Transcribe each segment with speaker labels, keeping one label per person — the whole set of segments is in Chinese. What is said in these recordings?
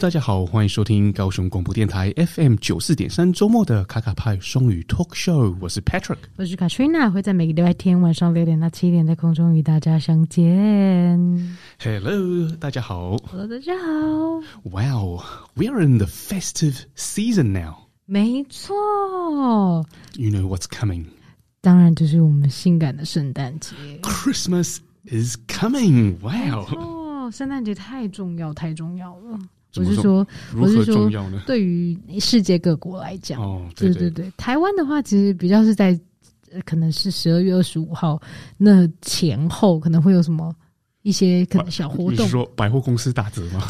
Speaker 1: 大家好，欢迎收听高雄广播电台 FM 九四点三周末的卡卡派双语 Talk Show，我是 Patrick。
Speaker 2: 我是 Katrina，会在每个礼拜天晚上六点到七点在空中与大家相见。
Speaker 1: Hello，大家好。
Speaker 2: Hello，大家好，
Speaker 1: Wow，we are in the festive season now.
Speaker 2: 没错，
Speaker 1: You know what's coming.
Speaker 2: 当然就是我们性感的圣诞节。
Speaker 1: Christmas is coming.
Speaker 2: 没
Speaker 1: Wow，
Speaker 2: 错，圣诞节太重要，太重要了。
Speaker 1: 怎
Speaker 2: 我
Speaker 1: 么
Speaker 2: 是说，
Speaker 1: 如
Speaker 2: 我
Speaker 1: 何
Speaker 2: 是说
Speaker 1: 重要呢？
Speaker 2: 对于世界各国来讲，
Speaker 1: 哦，对
Speaker 2: 对
Speaker 1: 对
Speaker 2: 对对，台湾的话，其实比较是在呃可能是十二月二十五号那前后，可能会有什么一些可能小活
Speaker 1: 你
Speaker 2: 动
Speaker 1: 是说百货公司打折吗？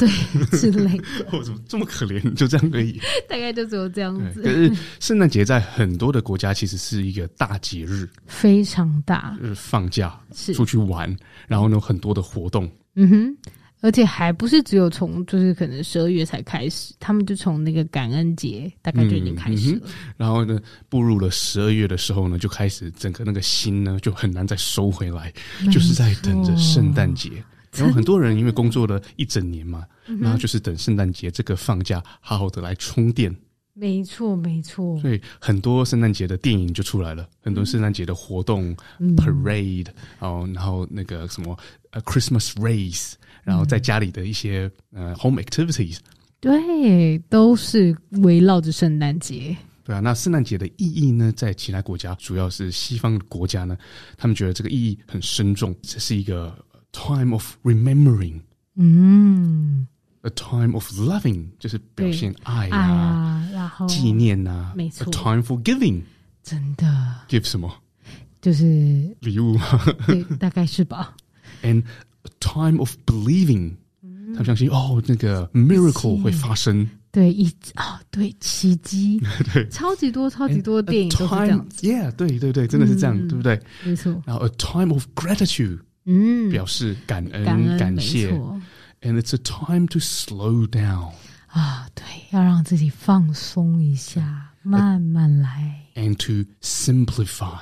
Speaker 2: 之类的，
Speaker 1: 我怎么这么可怜？就这样而已。
Speaker 2: 大概就只有这样
Speaker 1: 对，
Speaker 2: 子
Speaker 1: 可。是圣诞节在很多的国家其实是一个大节日，
Speaker 2: 非常大，
Speaker 1: 呃，放假
Speaker 2: 是，
Speaker 1: 出去玩，然后呢有很多的活动。
Speaker 2: 嗯哼，而且还不是只有从就是可能十二月才开始，他们就从那个感恩节大概就已经开始了，
Speaker 1: 然后呢，步入了十二月的时候呢，就开始整个那个心呢就很难再收回来，
Speaker 2: 嗯
Speaker 1: 就是在等着圣诞节。然后很多人因为工作了一整年嘛，然后就是等圣诞节这个放假，好好的来充电。
Speaker 2: 没错没错，
Speaker 1: 所以很多圣诞节的电影就出来了，很多圣诞节的活动、
Speaker 2: 嗯
Speaker 1: parade，哦，然后那个什么呃 Christmas race，然后在家里的一些呃 home activities，
Speaker 2: 对，都是围绕着圣诞节，
Speaker 1: 对啊，那圣诞节的意义呢，在其他国家，主要是西方国家呢，他们觉得这个意义很深重，这是一个 time of remembering。
Speaker 2: 嗯
Speaker 1: A time of loving 就是表现爱
Speaker 2: 哎
Speaker 1: 啊、
Speaker 2: 呀，然后
Speaker 1: 纪念啊，
Speaker 2: 哦没错
Speaker 1: A time for giving
Speaker 2: 真的
Speaker 1: give 什么
Speaker 2: 就是
Speaker 1: 礼物吗
Speaker 2: 对，大概是 吧。
Speaker 1: ？And a time of believing，、他
Speaker 2: 嗯
Speaker 1: 们相信哦，那个 miracle 会发生。
Speaker 2: 对，一啊、对，奇 迹，对，超级多，超级多
Speaker 1: And a
Speaker 2: 电影都是这样子，
Speaker 1: time，Yeah，对对对，真的是这样，
Speaker 2: 嗯
Speaker 1: 对不对？
Speaker 2: 没错，
Speaker 1: 然后 a time of gratitude
Speaker 2: 嗯，
Speaker 1: 表示感恩、
Speaker 2: 感恩，
Speaker 1: 感
Speaker 2: 没
Speaker 1: 谢。
Speaker 2: 错。
Speaker 1: and it's a time to slow down
Speaker 2: 啊，对，要让自己放松一下，
Speaker 1: 呃
Speaker 2: 慢慢来。
Speaker 1: and to simplify。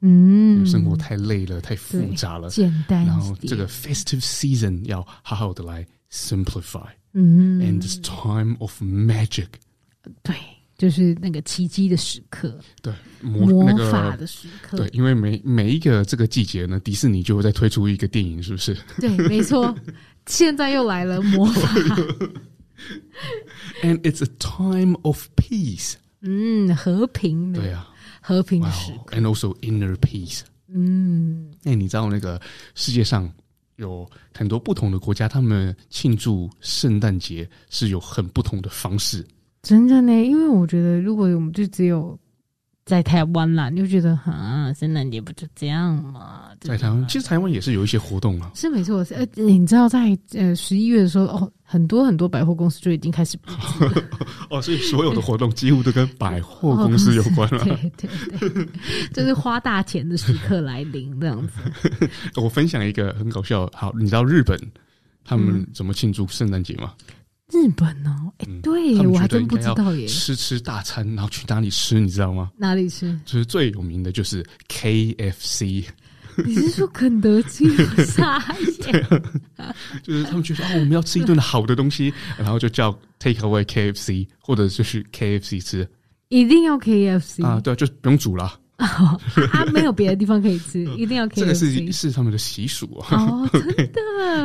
Speaker 2: 嗯，
Speaker 1: 生活太累了，太复杂了，
Speaker 2: 简单
Speaker 1: 然
Speaker 2: 一
Speaker 1: 后这
Speaker 2: 点。
Speaker 1: 个 festive season 要好好的来 simplify。
Speaker 2: 嗯
Speaker 1: And，this time of magic，
Speaker 2: 对，就是那个奇迹的时刻，
Speaker 1: 对魔
Speaker 2: 魔
Speaker 1: 那
Speaker 2: 法
Speaker 1: 个
Speaker 2: 的时刻。
Speaker 1: 对，因为每每一个这个季节呢，迪士尼就会再推出一个电影，是不是？
Speaker 2: 对，没错。现在又 来了魔法，
Speaker 1: And it's a time of peace，
Speaker 2: 嗯，和平
Speaker 1: 对
Speaker 2: 的
Speaker 1: 啊，
Speaker 2: 和平
Speaker 1: 哇哦
Speaker 2: 的时刻，
Speaker 1: ，and also inner peace。
Speaker 2: 嗯，
Speaker 1: 哎，你知道那个世界上有很多不同的国家，他们庆祝圣诞节是有很不同的方式。
Speaker 2: 真的呢，因为我觉得如果我们就只有在台湾啦，你就觉得啊，圣诞节不就这样嘛，对
Speaker 1: 在台湾，其实台湾也是有一些活动啊。
Speaker 2: 是没错，呃，你知道在呃十一月的时候，哦，很多很多百货公司就已经开 始百
Speaker 1: 哦，所以所有的活动几乎都跟百货公司有关了、
Speaker 2: 对对对，就是花大钱的时刻来临这样
Speaker 1: 嗯
Speaker 2: 子。
Speaker 1: 我分享一个很搞笑，好，你知道日本他们怎么庆祝圣诞节吗？
Speaker 2: 日本哦，哎、
Speaker 1: 嗯
Speaker 2: 对
Speaker 1: 他
Speaker 2: 耶，
Speaker 1: 们
Speaker 2: 我还
Speaker 1: 觉得
Speaker 2: 真
Speaker 1: 应
Speaker 2: 不
Speaker 1: 该
Speaker 2: 知
Speaker 1: 要
Speaker 2: 道 耶，
Speaker 1: 吃吃大餐，然后去哪里吃，你知道吗？
Speaker 2: 哪里是？
Speaker 1: 就是最有名的就是 KFC，
Speaker 2: 你是说肯德基？我傻 眼，
Speaker 1: 就是他们觉得哦，我们要吃一顿好的东西，然后就叫 take away KFC，或者就去 KFC 吃
Speaker 2: 一定要 KFC
Speaker 1: 啊，
Speaker 2: 啊
Speaker 1: 对啊，就不用煮了，
Speaker 2: 没有别的地方可以 吃，一定要
Speaker 1: 这个是
Speaker 2: KFC。
Speaker 1: 是他们的习俗啊。
Speaker 2: 哦，真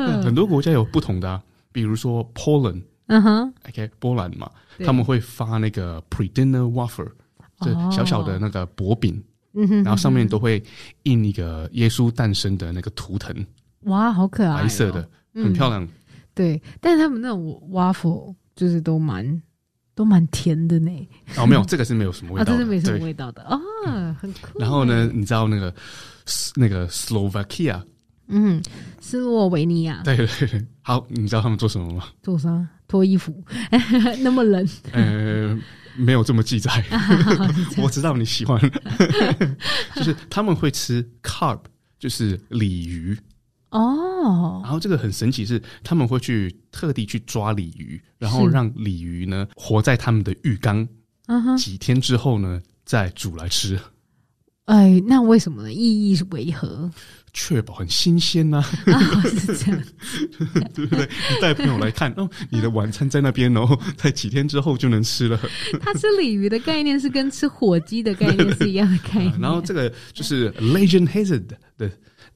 Speaker 1: 很
Speaker 2: 的，
Speaker 1: 多国家有不同的、啊，比如说 Poland。
Speaker 2: 嗯哼，
Speaker 1: OK，波兰嘛，
Speaker 2: 对
Speaker 1: 他们会发那个 pre dinner wafer，就
Speaker 2: 哦
Speaker 1: 小小的那个薄饼，
Speaker 2: 嗯哼，
Speaker 1: 然后上面都会印一个耶稣诞生的那个图腾，
Speaker 2: 哇，好可爱、
Speaker 1: 白色的，，
Speaker 2: 嗯
Speaker 1: 很漂亮。
Speaker 2: 对，但是他们那种 waffle 就是都蛮都蛮甜的呢，
Speaker 1: 哦， 没有，这个是没有什么味
Speaker 2: 啊，
Speaker 1: 道
Speaker 2: 这
Speaker 1: 的，
Speaker 2: 是没什
Speaker 1: 对。
Speaker 2: 么
Speaker 1: 嗯
Speaker 2: 味道的啊，很酷。欸
Speaker 1: 然后呢，？你知道那个那个 Slovakia，
Speaker 2: 嗯，斯洛维尼亚
Speaker 1: 对对对，好，你知道他们做什么吗？
Speaker 2: 做啥？脱衣服， 那么冷，
Speaker 1: 呃，没有这么记载， 我知道你喜欢， 就是他们会吃 carp，就是鲤鱼。
Speaker 2: 哦，
Speaker 1: 然后这个很神奇是，他们会去特地去抓鲤鱼，然后
Speaker 2: 是
Speaker 1: 让鲤鱼呢活在他们的浴缸，
Speaker 2: 嗯哼，
Speaker 1: 几天之后呢再煮来吃。
Speaker 2: 哎，那为什么呢？意义是为何？
Speaker 1: 确保很新鲜呐、
Speaker 2: 啊，是这样。
Speaker 1: 对 不对？你带朋友来看，哦，你的晚餐在那边哦，在几天之后就能吃了。
Speaker 2: 它吃鲤鱼的概念是跟吃火鸡的概念是一样的 概 念。
Speaker 1: 啊然后这个就是 legend has it the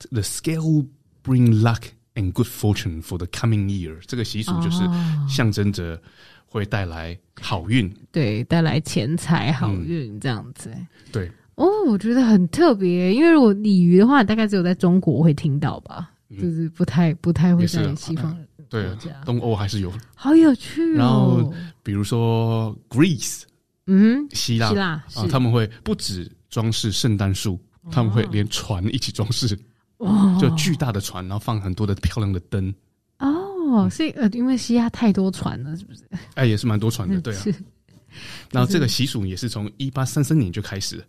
Speaker 1: the scale bring luck and good fortune for the coming year。这个习俗就是
Speaker 2: 哦
Speaker 1: 象征着会带来好运。
Speaker 2: 对带来钱财、好运这样子。
Speaker 1: 对，
Speaker 2: 哦，我觉得很特别，因为如果鲤鱼的话，大概只有在中国会听到吧，就是不太不太
Speaker 1: 嗯
Speaker 2: 会
Speaker 1: 也是
Speaker 2: 在
Speaker 1: 啊
Speaker 2: 西方国
Speaker 1: 对啊
Speaker 2: 家，。
Speaker 1: 东欧还是有，
Speaker 2: 好有趣
Speaker 1: 然
Speaker 2: 哦
Speaker 1: 后！比如说 Greece
Speaker 2: 嗯，
Speaker 1: 希腊
Speaker 2: 希腊是
Speaker 1: 啊，他们会不止装饰圣诞树，他们会
Speaker 2: 哦
Speaker 1: 连船一起装饰，
Speaker 2: 哇
Speaker 1: 就巨大的船，然后放很多的漂亮的灯，嗯
Speaker 2: 哦，所以呃，因为希腊太多船了，是不是？
Speaker 1: 哎，也是蛮多船的，对啊。
Speaker 2: 嗯 是
Speaker 1: 然后这个习俗也是从一八三三年就开始了。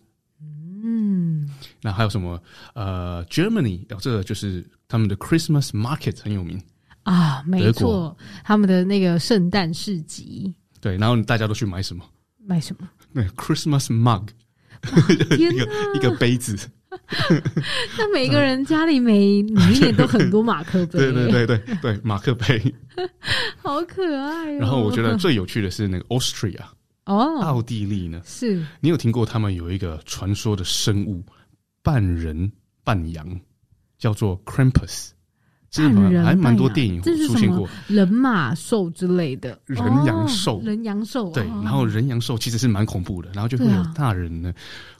Speaker 2: 嗯，
Speaker 1: 那还有什么？呃，Germany，哦，这个就是他们的 Christmas Market 很有名，
Speaker 2: 啊，没
Speaker 1: 德
Speaker 2: 错
Speaker 1: 国，
Speaker 2: 他们的那个圣诞市集
Speaker 1: 对。然后大家都去买什么？
Speaker 2: 卖什 么？
Speaker 1: 那个 Christmas mug，
Speaker 2: 天
Speaker 1: 一
Speaker 2: 哪
Speaker 1: 个！一个杯子，
Speaker 2: 那每个人家里每每一年都很多马克 杯，
Speaker 1: 对对，对对 对，马克杯。
Speaker 2: 好可爱、哦。
Speaker 1: 然后我觉得最有趣的是那个 Austria，
Speaker 2: 哦，
Speaker 1: 奥地利呢，
Speaker 2: 是
Speaker 1: 你有听过他们有一个传说的生物，半人半羊，叫做 Krampus。这
Speaker 2: 半人
Speaker 1: 还蛮多
Speaker 2: 半
Speaker 1: 电
Speaker 2: 羊
Speaker 1: 影
Speaker 2: 这是
Speaker 1: 出现
Speaker 2: 什么
Speaker 1: 过，
Speaker 2: 人马兽之类的，
Speaker 1: 人羊兽
Speaker 2: 哦人羊兽，
Speaker 1: 对，
Speaker 2: 哦
Speaker 1: 然后人羊兽其实是蛮恐怖的，然后就会
Speaker 2: 对啊
Speaker 1: 有大人呢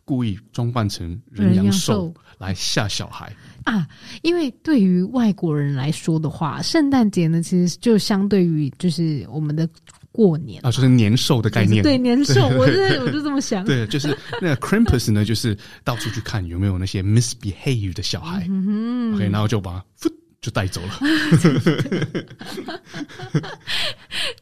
Speaker 1: 故意装扮成人
Speaker 2: 人
Speaker 1: 羊
Speaker 2: 羊
Speaker 1: 兽来吓小孩。
Speaker 2: 啊，因为对于外国人来说的话，圣诞节呢，其实就相对于就是我们的过年
Speaker 1: 啊，就是年兽的概
Speaker 2: 就
Speaker 1: 念。
Speaker 2: 是对年兽， 我真的我就这么想，
Speaker 1: 对，就是那个 Krampus 呢，就是到处去看有没有那些 misbehave 的小孩、
Speaker 2: 嗯
Speaker 1: o k 然后就把它就带走了。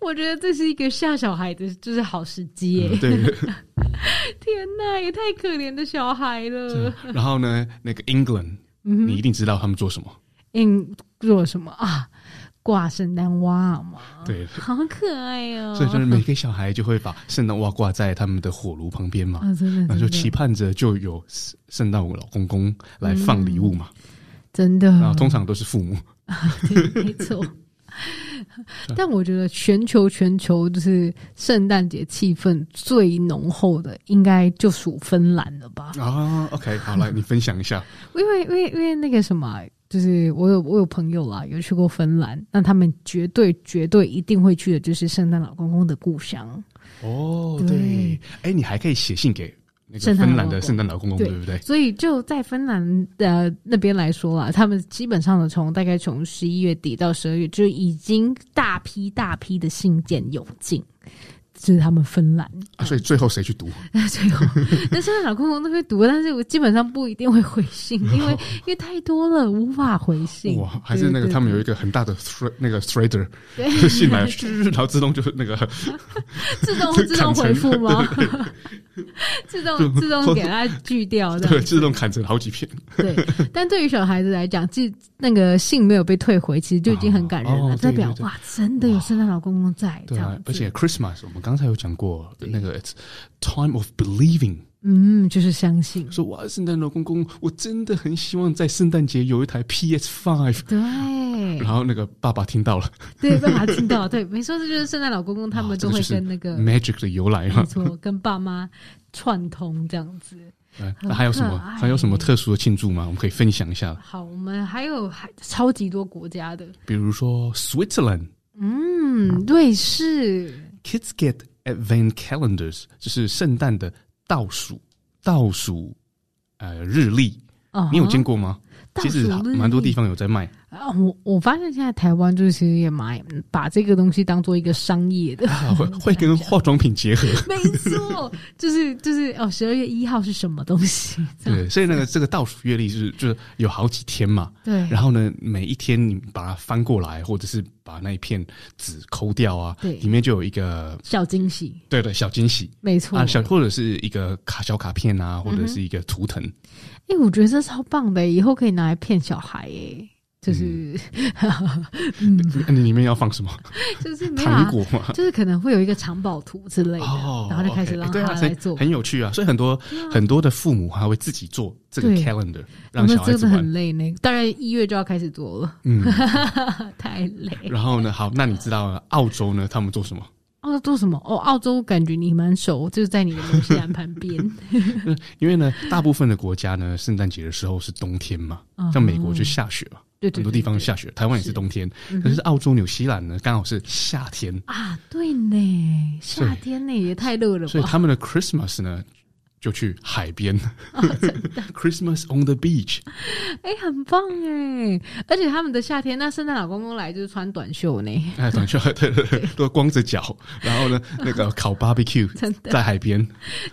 Speaker 2: 我觉得这是一个吓小孩的，就是好时机耶！
Speaker 1: 对，
Speaker 2: 天哪，也太可怜的小孩了。
Speaker 1: 然后呢，那个 England，、你一定知道他们做什么。
Speaker 2: 嗯，做什么啊？挂圣诞袜嘛，
Speaker 1: 对，
Speaker 2: 好可爱哦、
Speaker 1: 所以就是每个小孩就会把圣诞袜挂在他们的火炉旁边嘛，
Speaker 2: 啊，真的，
Speaker 1: 然后就
Speaker 2: 真
Speaker 1: 期
Speaker 2: 的
Speaker 1: 盼着就有圣圣诞老公公来放礼物嘛。
Speaker 2: 真的，
Speaker 1: 然后通常都是父母，
Speaker 2: 对 没错。但我觉得全球全球就是圣诞节气氛最浓厚的，应该就属芬兰了吧？
Speaker 1: 啊，OK，好，来你分享一下。
Speaker 2: 因为因为因为那个什么，就是我有我有朋友啦，有去过芬兰，那他们绝对绝对一定会去的，就是圣诞老公公的故乡。
Speaker 1: 哦，
Speaker 2: 对
Speaker 1: 对，哎，你还可以写信给那个
Speaker 2: 圣诞老
Speaker 1: 芬兰的
Speaker 2: 公公
Speaker 1: 圣诞老公公，
Speaker 2: 对
Speaker 1: 对不啊对？
Speaker 2: 所以就在芬兰的那边来说啦，他们基本上呢，从大概从十一月底到十二月，就已经大批大批的信件涌进。这是他们芬兰，
Speaker 1: 啊，所以最后谁去读？
Speaker 2: 最后， 但圣诞老公公都会读，但是我基本上不一定会回信， 因为因为太多了，无法回信。
Speaker 1: 哇，还是那个
Speaker 2: 对
Speaker 1: 他们有一
Speaker 2: 对
Speaker 1: 个很大的 thread 那个 threader，
Speaker 2: 对
Speaker 1: 就 信 来，然后自动就是那个
Speaker 2: 自动自动回复吗？ 自动自动给它拒掉
Speaker 1: 对
Speaker 2: 的。
Speaker 1: 自动砍成好几片，
Speaker 2: 对，但对于小孩子来讲，其实那个信没有被退回，其实就已经很感人
Speaker 1: 哦
Speaker 2: 了，
Speaker 1: 哦
Speaker 2: 代表
Speaker 1: 对对对
Speaker 2: 哇，真的有圣诞老公公在这
Speaker 1: 对啊
Speaker 2: 样。
Speaker 1: 而且
Speaker 2: 子。
Speaker 1: Christmas 我们刚才有讲过，那个 it's time of believing，
Speaker 2: 嗯，就是相信。
Speaker 1: 说哇，圣诞老公公，我真的很希望在圣诞节有一台 PS Five。
Speaker 2: 对，
Speaker 1: 然后那个爸爸听到了，
Speaker 2: 对，被他听到，对，没错，这就是圣诞老公公，他们都会跟那个，
Speaker 1: magic 的由 来
Speaker 2: 没
Speaker 1: 哈。
Speaker 2: 错，跟爸妈串通这样子。
Speaker 1: 对
Speaker 2: 很
Speaker 1: 哎那还有什
Speaker 2: 可
Speaker 1: 么？
Speaker 2: 爱
Speaker 1: 还有什么特殊的庆祝吗？我们可以分享一下，
Speaker 2: 好，我们还有还超级多国家的，
Speaker 1: 比如说 Switzerland
Speaker 2: 嗯，瑞士，
Speaker 1: kids get advent calendars，就是圣诞的倒数倒数呃日历，
Speaker 2: 哦，
Speaker 1: 你有见过吗？
Speaker 2: 倒
Speaker 1: 其实
Speaker 2: 数日
Speaker 1: 蛮多
Speaker 2: 历
Speaker 1: 地方有在 卖，
Speaker 2: 啊，我我发现现在台湾就是其实也蛮把这个东西当做一个商 业的，
Speaker 1: 啊会会跟化妆品结合。
Speaker 2: 没错，就是就是哦，十二月一号是什么东西？ 这样
Speaker 1: 对，所以那个这个倒数月历就是就是有好几天嘛，
Speaker 2: 对
Speaker 1: 然后呢，每一天你把它翻过来，或者是把那一片纸抠掉啊，
Speaker 2: 对
Speaker 1: 里面就有一个
Speaker 2: 小惊喜，
Speaker 1: 对的小惊喜
Speaker 2: 没错。
Speaker 1: 啊，
Speaker 2: 哎、
Speaker 1: 小或者是一个卡小卡片
Speaker 2: 嗯
Speaker 1: 啊，或者是一个图腾，
Speaker 2: 我觉得这超棒的，以后可以拿来骗小孩诶、就是、
Speaker 1: 那你里面要放什么
Speaker 2: 就是没
Speaker 1: 嗯
Speaker 2: 有、
Speaker 1: 糖
Speaker 2: 嗯啊，
Speaker 1: 果吗？
Speaker 2: 就是可能会有一个藏宝图之类的，
Speaker 1: 哦，
Speaker 2: 然后就开始
Speaker 1: OK，
Speaker 2: 让
Speaker 1: 哎对
Speaker 2: 他
Speaker 1: 啊，
Speaker 2: 来
Speaker 1: 所
Speaker 2: 做。
Speaker 1: 以很有趣啊。所以很多很多的父母还会自己做这个
Speaker 2: 对
Speaker 1: calendar
Speaker 2: 我
Speaker 1: 让
Speaker 2: 们
Speaker 1: 小孩
Speaker 2: 哦真
Speaker 1: 子
Speaker 2: 的
Speaker 1: 玩
Speaker 2: 很。累呢，大概一月就要开始做了，
Speaker 1: 嗯，
Speaker 2: 太累。
Speaker 1: 然后呢，好，那你知道了澳洲呢，他们做什么？
Speaker 2: 澳洲做什么？哦，澳洲感觉你蛮熟，就是在你的纽西兰旁边。
Speaker 1: 因为呢，大部分的国家呢，圣诞节的时候是冬天嘛，
Speaker 2: 嗯
Speaker 1: 像美国就下雪嘛，
Speaker 2: 对
Speaker 1: 很
Speaker 2: 对对嗯
Speaker 1: 多地方下雪，台湾也是冬天，可是澳洲、纽西兰呢，刚好是夏天，
Speaker 2: 啊，对呢，夏天呢也太热了
Speaker 1: 所以
Speaker 2: 吧？
Speaker 1: 他们的 Christmas 呢。就去海边、c
Speaker 2: 哦
Speaker 1: h r i s t m a s on the beach，
Speaker 2: 哎、很棒哎！而且他们的夏天，那圣诞老公公来就是穿短袖呢，
Speaker 1: 哎，短袖，对对对，都光着脚，然后呢，那个烤 barbecue
Speaker 2: 真的
Speaker 1: 在海边，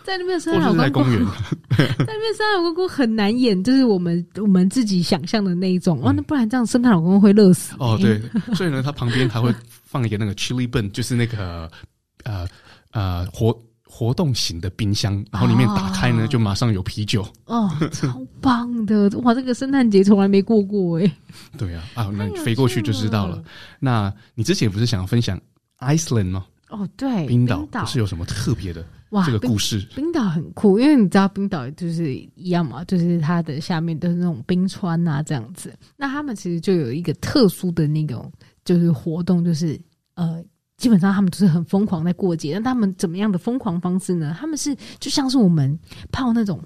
Speaker 2: 在那边的圣
Speaker 1: 或
Speaker 2: 诞
Speaker 1: 者是
Speaker 2: 老
Speaker 1: 在
Speaker 2: 公
Speaker 1: 公
Speaker 2: 公，
Speaker 1: 园，
Speaker 2: 在那边圣诞老公公很难演，就是我们我们自己想象的那一种。哇、哦
Speaker 1: 嗯
Speaker 2: 那不然这样圣诞老公公会热死
Speaker 1: 哦，
Speaker 2: 呢
Speaker 1: 对，所以呢，它旁边还会放一个那个 chili bin，就是那个呃呃活活动型的冰箱，然后里面打开呢，
Speaker 2: 哦
Speaker 1: 就马上有啤酒。
Speaker 2: 哦，超棒的！哇，这个圣诞节从来没过过哎、
Speaker 1: 对啊，啊，那
Speaker 2: 太
Speaker 1: 你
Speaker 2: 有
Speaker 1: 飞过
Speaker 2: 趣哦
Speaker 1: 去就知道了。
Speaker 2: 了
Speaker 1: 那你之前不是想要分享 Iceland 吗？
Speaker 2: 哦，对，
Speaker 1: 冰
Speaker 2: 冰
Speaker 1: 岛不是有什么特别的
Speaker 2: 哇，
Speaker 1: 这个
Speaker 2: 冰
Speaker 1: 故事？
Speaker 2: 冰岛很酷，因为你知道冰岛就是一样嘛，就是它的下面都是那种冰川啊这样子。那他们其实就有一个特殊的那种就是活动，就是呃。基本上他们都是很疯狂在过节，那他们怎么样的疯狂方式呢？他们是就像是我们泡那种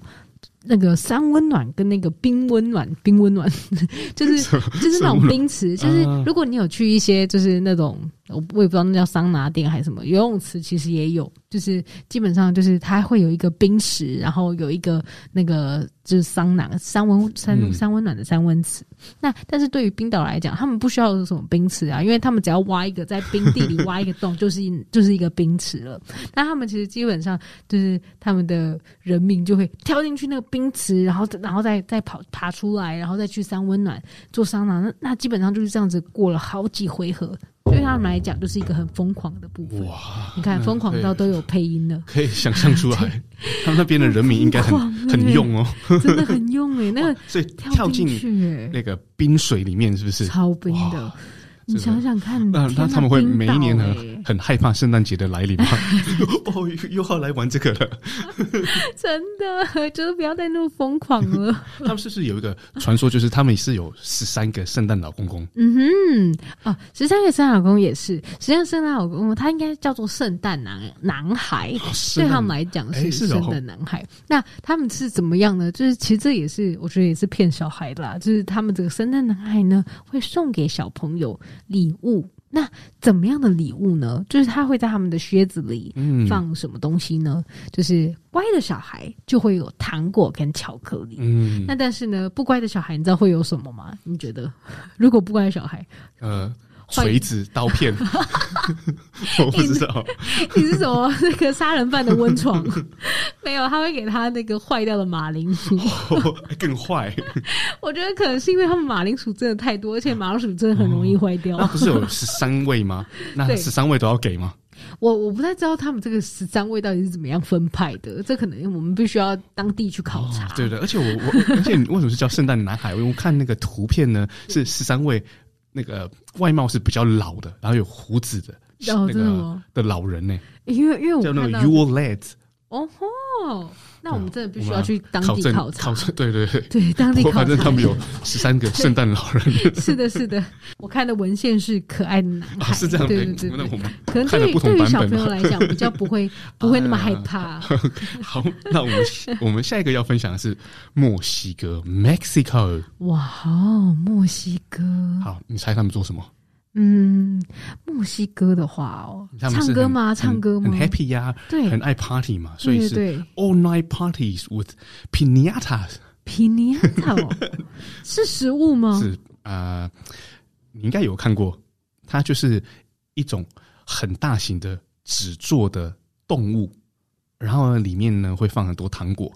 Speaker 2: 那个三温暖跟那个冰温暖，冰温暖 就是就是那种冰池，就是
Speaker 1: 啊
Speaker 2: 如果你有去一些就是那种我我也不知道那叫桑拿店还是什么游泳池，其实也有，就是基本上就是它会有一个冰池，然后有一个那个就是桑拿三温
Speaker 1: 嗯
Speaker 2: 三三温暖的三温池。那但是对于冰岛来讲，他们不需要有什么冰池啊，因为他们只要挖一个在冰地里挖一个洞，就是一就是一个冰池了。那他们其实基本上就是他们的人民就会跳进去那个冰池，然后然后再再跑爬出来，然后再去三温暖做桑拿。那那基本上就是这样子过了好几回合，对他们来讲就是一个很疯狂的部分。
Speaker 1: 哇，
Speaker 2: 你看，
Speaker 1: 那
Speaker 2: 疯狂到
Speaker 1: 可以，
Speaker 2: 都有配音了
Speaker 1: 可以想象出来， 他们那边的人民应该很
Speaker 2: 很 疯狂
Speaker 1: 很
Speaker 2: 欸
Speaker 1: 用哦。
Speaker 2: 真的很用哎、那个
Speaker 1: 所以
Speaker 2: 跳
Speaker 1: 跳
Speaker 2: 进
Speaker 1: 进
Speaker 2: 去哎、
Speaker 1: 那个冰水里面，是不是？
Speaker 2: 超冰的
Speaker 1: 哇。
Speaker 2: 你
Speaker 1: 这个
Speaker 2: 想想看，
Speaker 1: 那那
Speaker 2: 天哪
Speaker 1: 他们会
Speaker 2: 冰
Speaker 1: 每一年
Speaker 2: 岛
Speaker 1: 很
Speaker 2: 欸
Speaker 1: 很害怕圣诞节的来临吗？哦，又要来玩这个了。
Speaker 2: 真的， 就是不要再那么疯狂了。
Speaker 1: 他们是不是有一个传说，就是他们是有十三个圣诞老公公？
Speaker 2: 嗯哼，哦，十三个圣诞老公也是，实际上圣诞老公他应该叫做圣诞男男孩，对
Speaker 1: 哦圣
Speaker 2: 他
Speaker 1: 诞
Speaker 2: 们来讲
Speaker 1: 哎
Speaker 2: 是
Speaker 1: 是哦
Speaker 2: 圣诞男孩。那他们是怎么样呢？就是其实这也是我觉得也是骗小孩的啦，就是他们这个圣诞男孩呢会送给小朋友礼物。那怎么样的礼物呢？就是他会在他们的靴子里
Speaker 1: 嗯
Speaker 2: 放什么东西呢？就是乖的小孩就会有糖果跟巧克力。
Speaker 1: 嗯
Speaker 2: 那但是呢，不乖的小孩，你知道会有什么吗？你觉得， 如果不乖的小孩，
Speaker 1: 呃
Speaker 2: 换
Speaker 1: 锤子刀 片，我不知道
Speaker 2: 你是什么那个杀人犯的温床？ 没有，他会给他那个坏掉的马铃 薯。
Speaker 1: 哦更坏。
Speaker 2: 我觉得可能是因为他们马铃薯真的太多，而且马铃薯真的很容易坏掉。
Speaker 1: 那不啊是哦有十三位吗？那
Speaker 2: 对
Speaker 1: 十三位都要给吗？
Speaker 2: 我我不太知道他们这个十三位到底是怎么样分派的，这可能我们必须要当地去考察。
Speaker 1: 嗯哦对的，而且我我 而且你为什么是叫圣诞男孩？因为我看那个图片呢，是十三位那个外貌是比较老的，然后有胡子的。
Speaker 2: 哦
Speaker 1: 那
Speaker 2: 真的
Speaker 1: 个
Speaker 2: 吗
Speaker 1: 的老人呢、
Speaker 2: 因为因为我
Speaker 1: 叫那
Speaker 2: 看
Speaker 1: 个
Speaker 2: 到
Speaker 1: y o u l e d
Speaker 2: 哦吼，那我们真的必须
Speaker 1: 我们
Speaker 2: 要去当
Speaker 1: 考
Speaker 2: 地
Speaker 1: 证
Speaker 2: 考察。
Speaker 1: 证，对对对。
Speaker 2: 对，当
Speaker 1: 不
Speaker 2: 地
Speaker 1: 过
Speaker 2: 考察。
Speaker 1: 反正他们有十三个圣诞老人，
Speaker 2: 是的，是的，我看的文献是可爱的男孩，
Speaker 1: 啊，是这样的。
Speaker 2: 对对对
Speaker 1: 那我
Speaker 2: 对。
Speaker 1: 们
Speaker 2: 可能
Speaker 1: 看了
Speaker 2: 对于
Speaker 1: 不同
Speaker 2: 对于
Speaker 1: 版
Speaker 2: 小
Speaker 1: 本哎
Speaker 2: 朋
Speaker 1: 嘛
Speaker 2: 友。来讲，比较不会不会那么害 怕。
Speaker 1: 好，那我们我们下一个要分享的是墨西哥 （Mexico）。
Speaker 2: 哇哦，墨西哥，
Speaker 1: 好，你猜他们做什么？
Speaker 2: 嗯，墨西哥的话哦，
Speaker 1: 他们是
Speaker 2: 唱歌
Speaker 1: 很
Speaker 2: 吗？
Speaker 1: 很
Speaker 2: 唱歌吗
Speaker 1: 很？happy 呀，
Speaker 2: 对
Speaker 1: 很爱 party 嘛，所以
Speaker 2: 对
Speaker 1: 是
Speaker 2: 对对
Speaker 1: all night parties with piñatas。
Speaker 2: 皮尼亚塔 哦是食物吗？
Speaker 1: 是
Speaker 2: 嗯
Speaker 1: 啊，呃你应该有看过，它就是一种很大型的纸做的动物，然后呢里面呢会放很多糖果，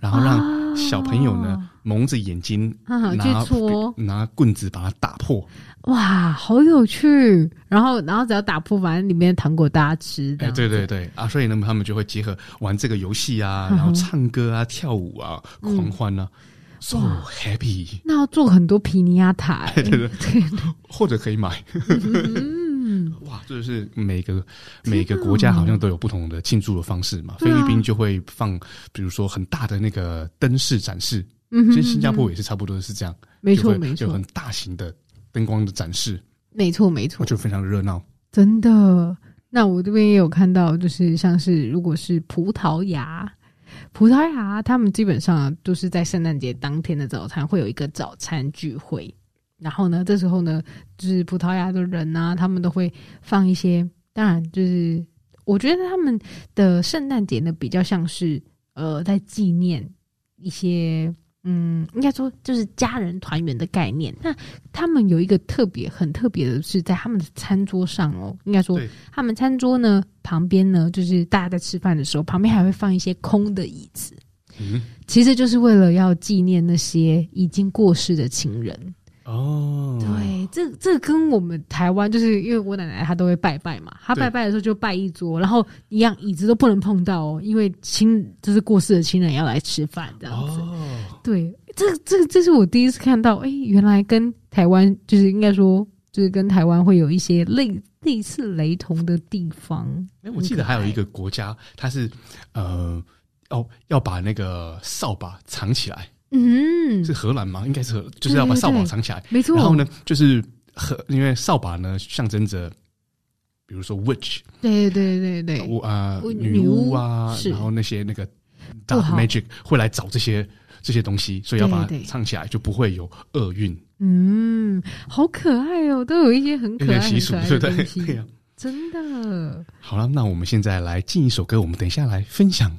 Speaker 1: 然后让
Speaker 2: 啊
Speaker 1: 小朋友呢蒙着眼睛
Speaker 2: 啊
Speaker 1: 拿
Speaker 2: 去戳
Speaker 1: 拿棍子把它打破，
Speaker 2: 哇，好有趣！然后，然后只要打破，反正里面的糖果大家吃。这
Speaker 1: 哎，
Speaker 2: 样
Speaker 1: 对对对啊，所以呢他们就会结合玩这个游戏啊，
Speaker 2: 嗯哼嗯
Speaker 1: 然后唱歌啊、跳舞啊、狂欢啊， ，so happy，
Speaker 2: 那要做很多皮尼亚塔、欸，对
Speaker 1: 对或者可以买。哇，这就是每个每个国家好像都有不同的庆祝的方式嘛。菲
Speaker 2: 对啊
Speaker 1: 律宾就会放，比如说很大的那个灯饰展示，
Speaker 2: 嗯哼
Speaker 1: 其实新加坡也是差不多是这样，
Speaker 2: 没
Speaker 1: 就
Speaker 2: 错
Speaker 1: 会
Speaker 2: 没
Speaker 1: 有
Speaker 2: 错
Speaker 1: 很大型的灯光的展示，
Speaker 2: 没错没
Speaker 1: 我
Speaker 2: 错，
Speaker 1: 觉得非常热闹。
Speaker 2: 真的。那我这边也有看到，就是像是如果是葡萄牙，葡萄牙他们基本上啊都是在圣诞节当天的早餐会有一个早餐聚会，然后呢，这时候呢，就是葡萄牙的人啊，他们都会放一些，当然就是我觉得他们的圣诞节呢比较像是呃在纪念一些。嗯，应该说就是家人团圆的概念。那他们有一个特别、很特别的是，在他们的餐桌上哦，应该说
Speaker 1: 对
Speaker 2: 他们餐桌呢旁边呢，就是大家在吃饭的时候，旁边还会放一些空的椅子，
Speaker 1: 嗯，
Speaker 2: 其实就是为了要纪念那些已经过世的情人。
Speaker 1: 哦，
Speaker 2: 对，这这跟我们台湾就是因为我奶奶她都会拜拜嘛，她
Speaker 1: 对
Speaker 2: 拜拜的时候就拜一桌，然后一样椅子都不能碰到哦，因为亲就是过世的亲人也要来吃饭这样子。
Speaker 1: 哦，
Speaker 2: 对，这这这是我第一次看到，哎，原来跟台湾就是应该说就是跟台湾会有一些类类似雷同的地方。
Speaker 1: 哎，我记得还有一个国家，它是呃，要要把那个扫把藏起来，
Speaker 2: 嗯
Speaker 1: 是，荷兰吗？应该是荷，就是要把
Speaker 2: 对对
Speaker 1: 扫把
Speaker 2: 对
Speaker 1: 藏起来。
Speaker 2: 没错。
Speaker 1: 然后呢，就是和因为扫把呢象征着，比如说 witch
Speaker 2: 对？对对对对，
Speaker 1: 巫啊、
Speaker 2: 巫
Speaker 1: 女巫啊
Speaker 2: 女巫，是
Speaker 1: 然后那些那个
Speaker 2: 不
Speaker 1: dark
Speaker 2: 好
Speaker 1: magic 会来找这些这些东西，所以要把
Speaker 2: 对
Speaker 1: 它
Speaker 2: 对
Speaker 1: 唱起来，就不会有厄运、
Speaker 2: 嗯，好可爱哦，都有一些很
Speaker 1: 有
Speaker 2: 可爱、
Speaker 1: 点习
Speaker 2: 很
Speaker 1: 俗
Speaker 2: 可，爱
Speaker 1: 对
Speaker 2: 的
Speaker 1: 不对
Speaker 2: 东？西，
Speaker 1: 对呀。啊
Speaker 2: 真的。
Speaker 1: 好了，那我们现在来进一首歌，我们等一下来分享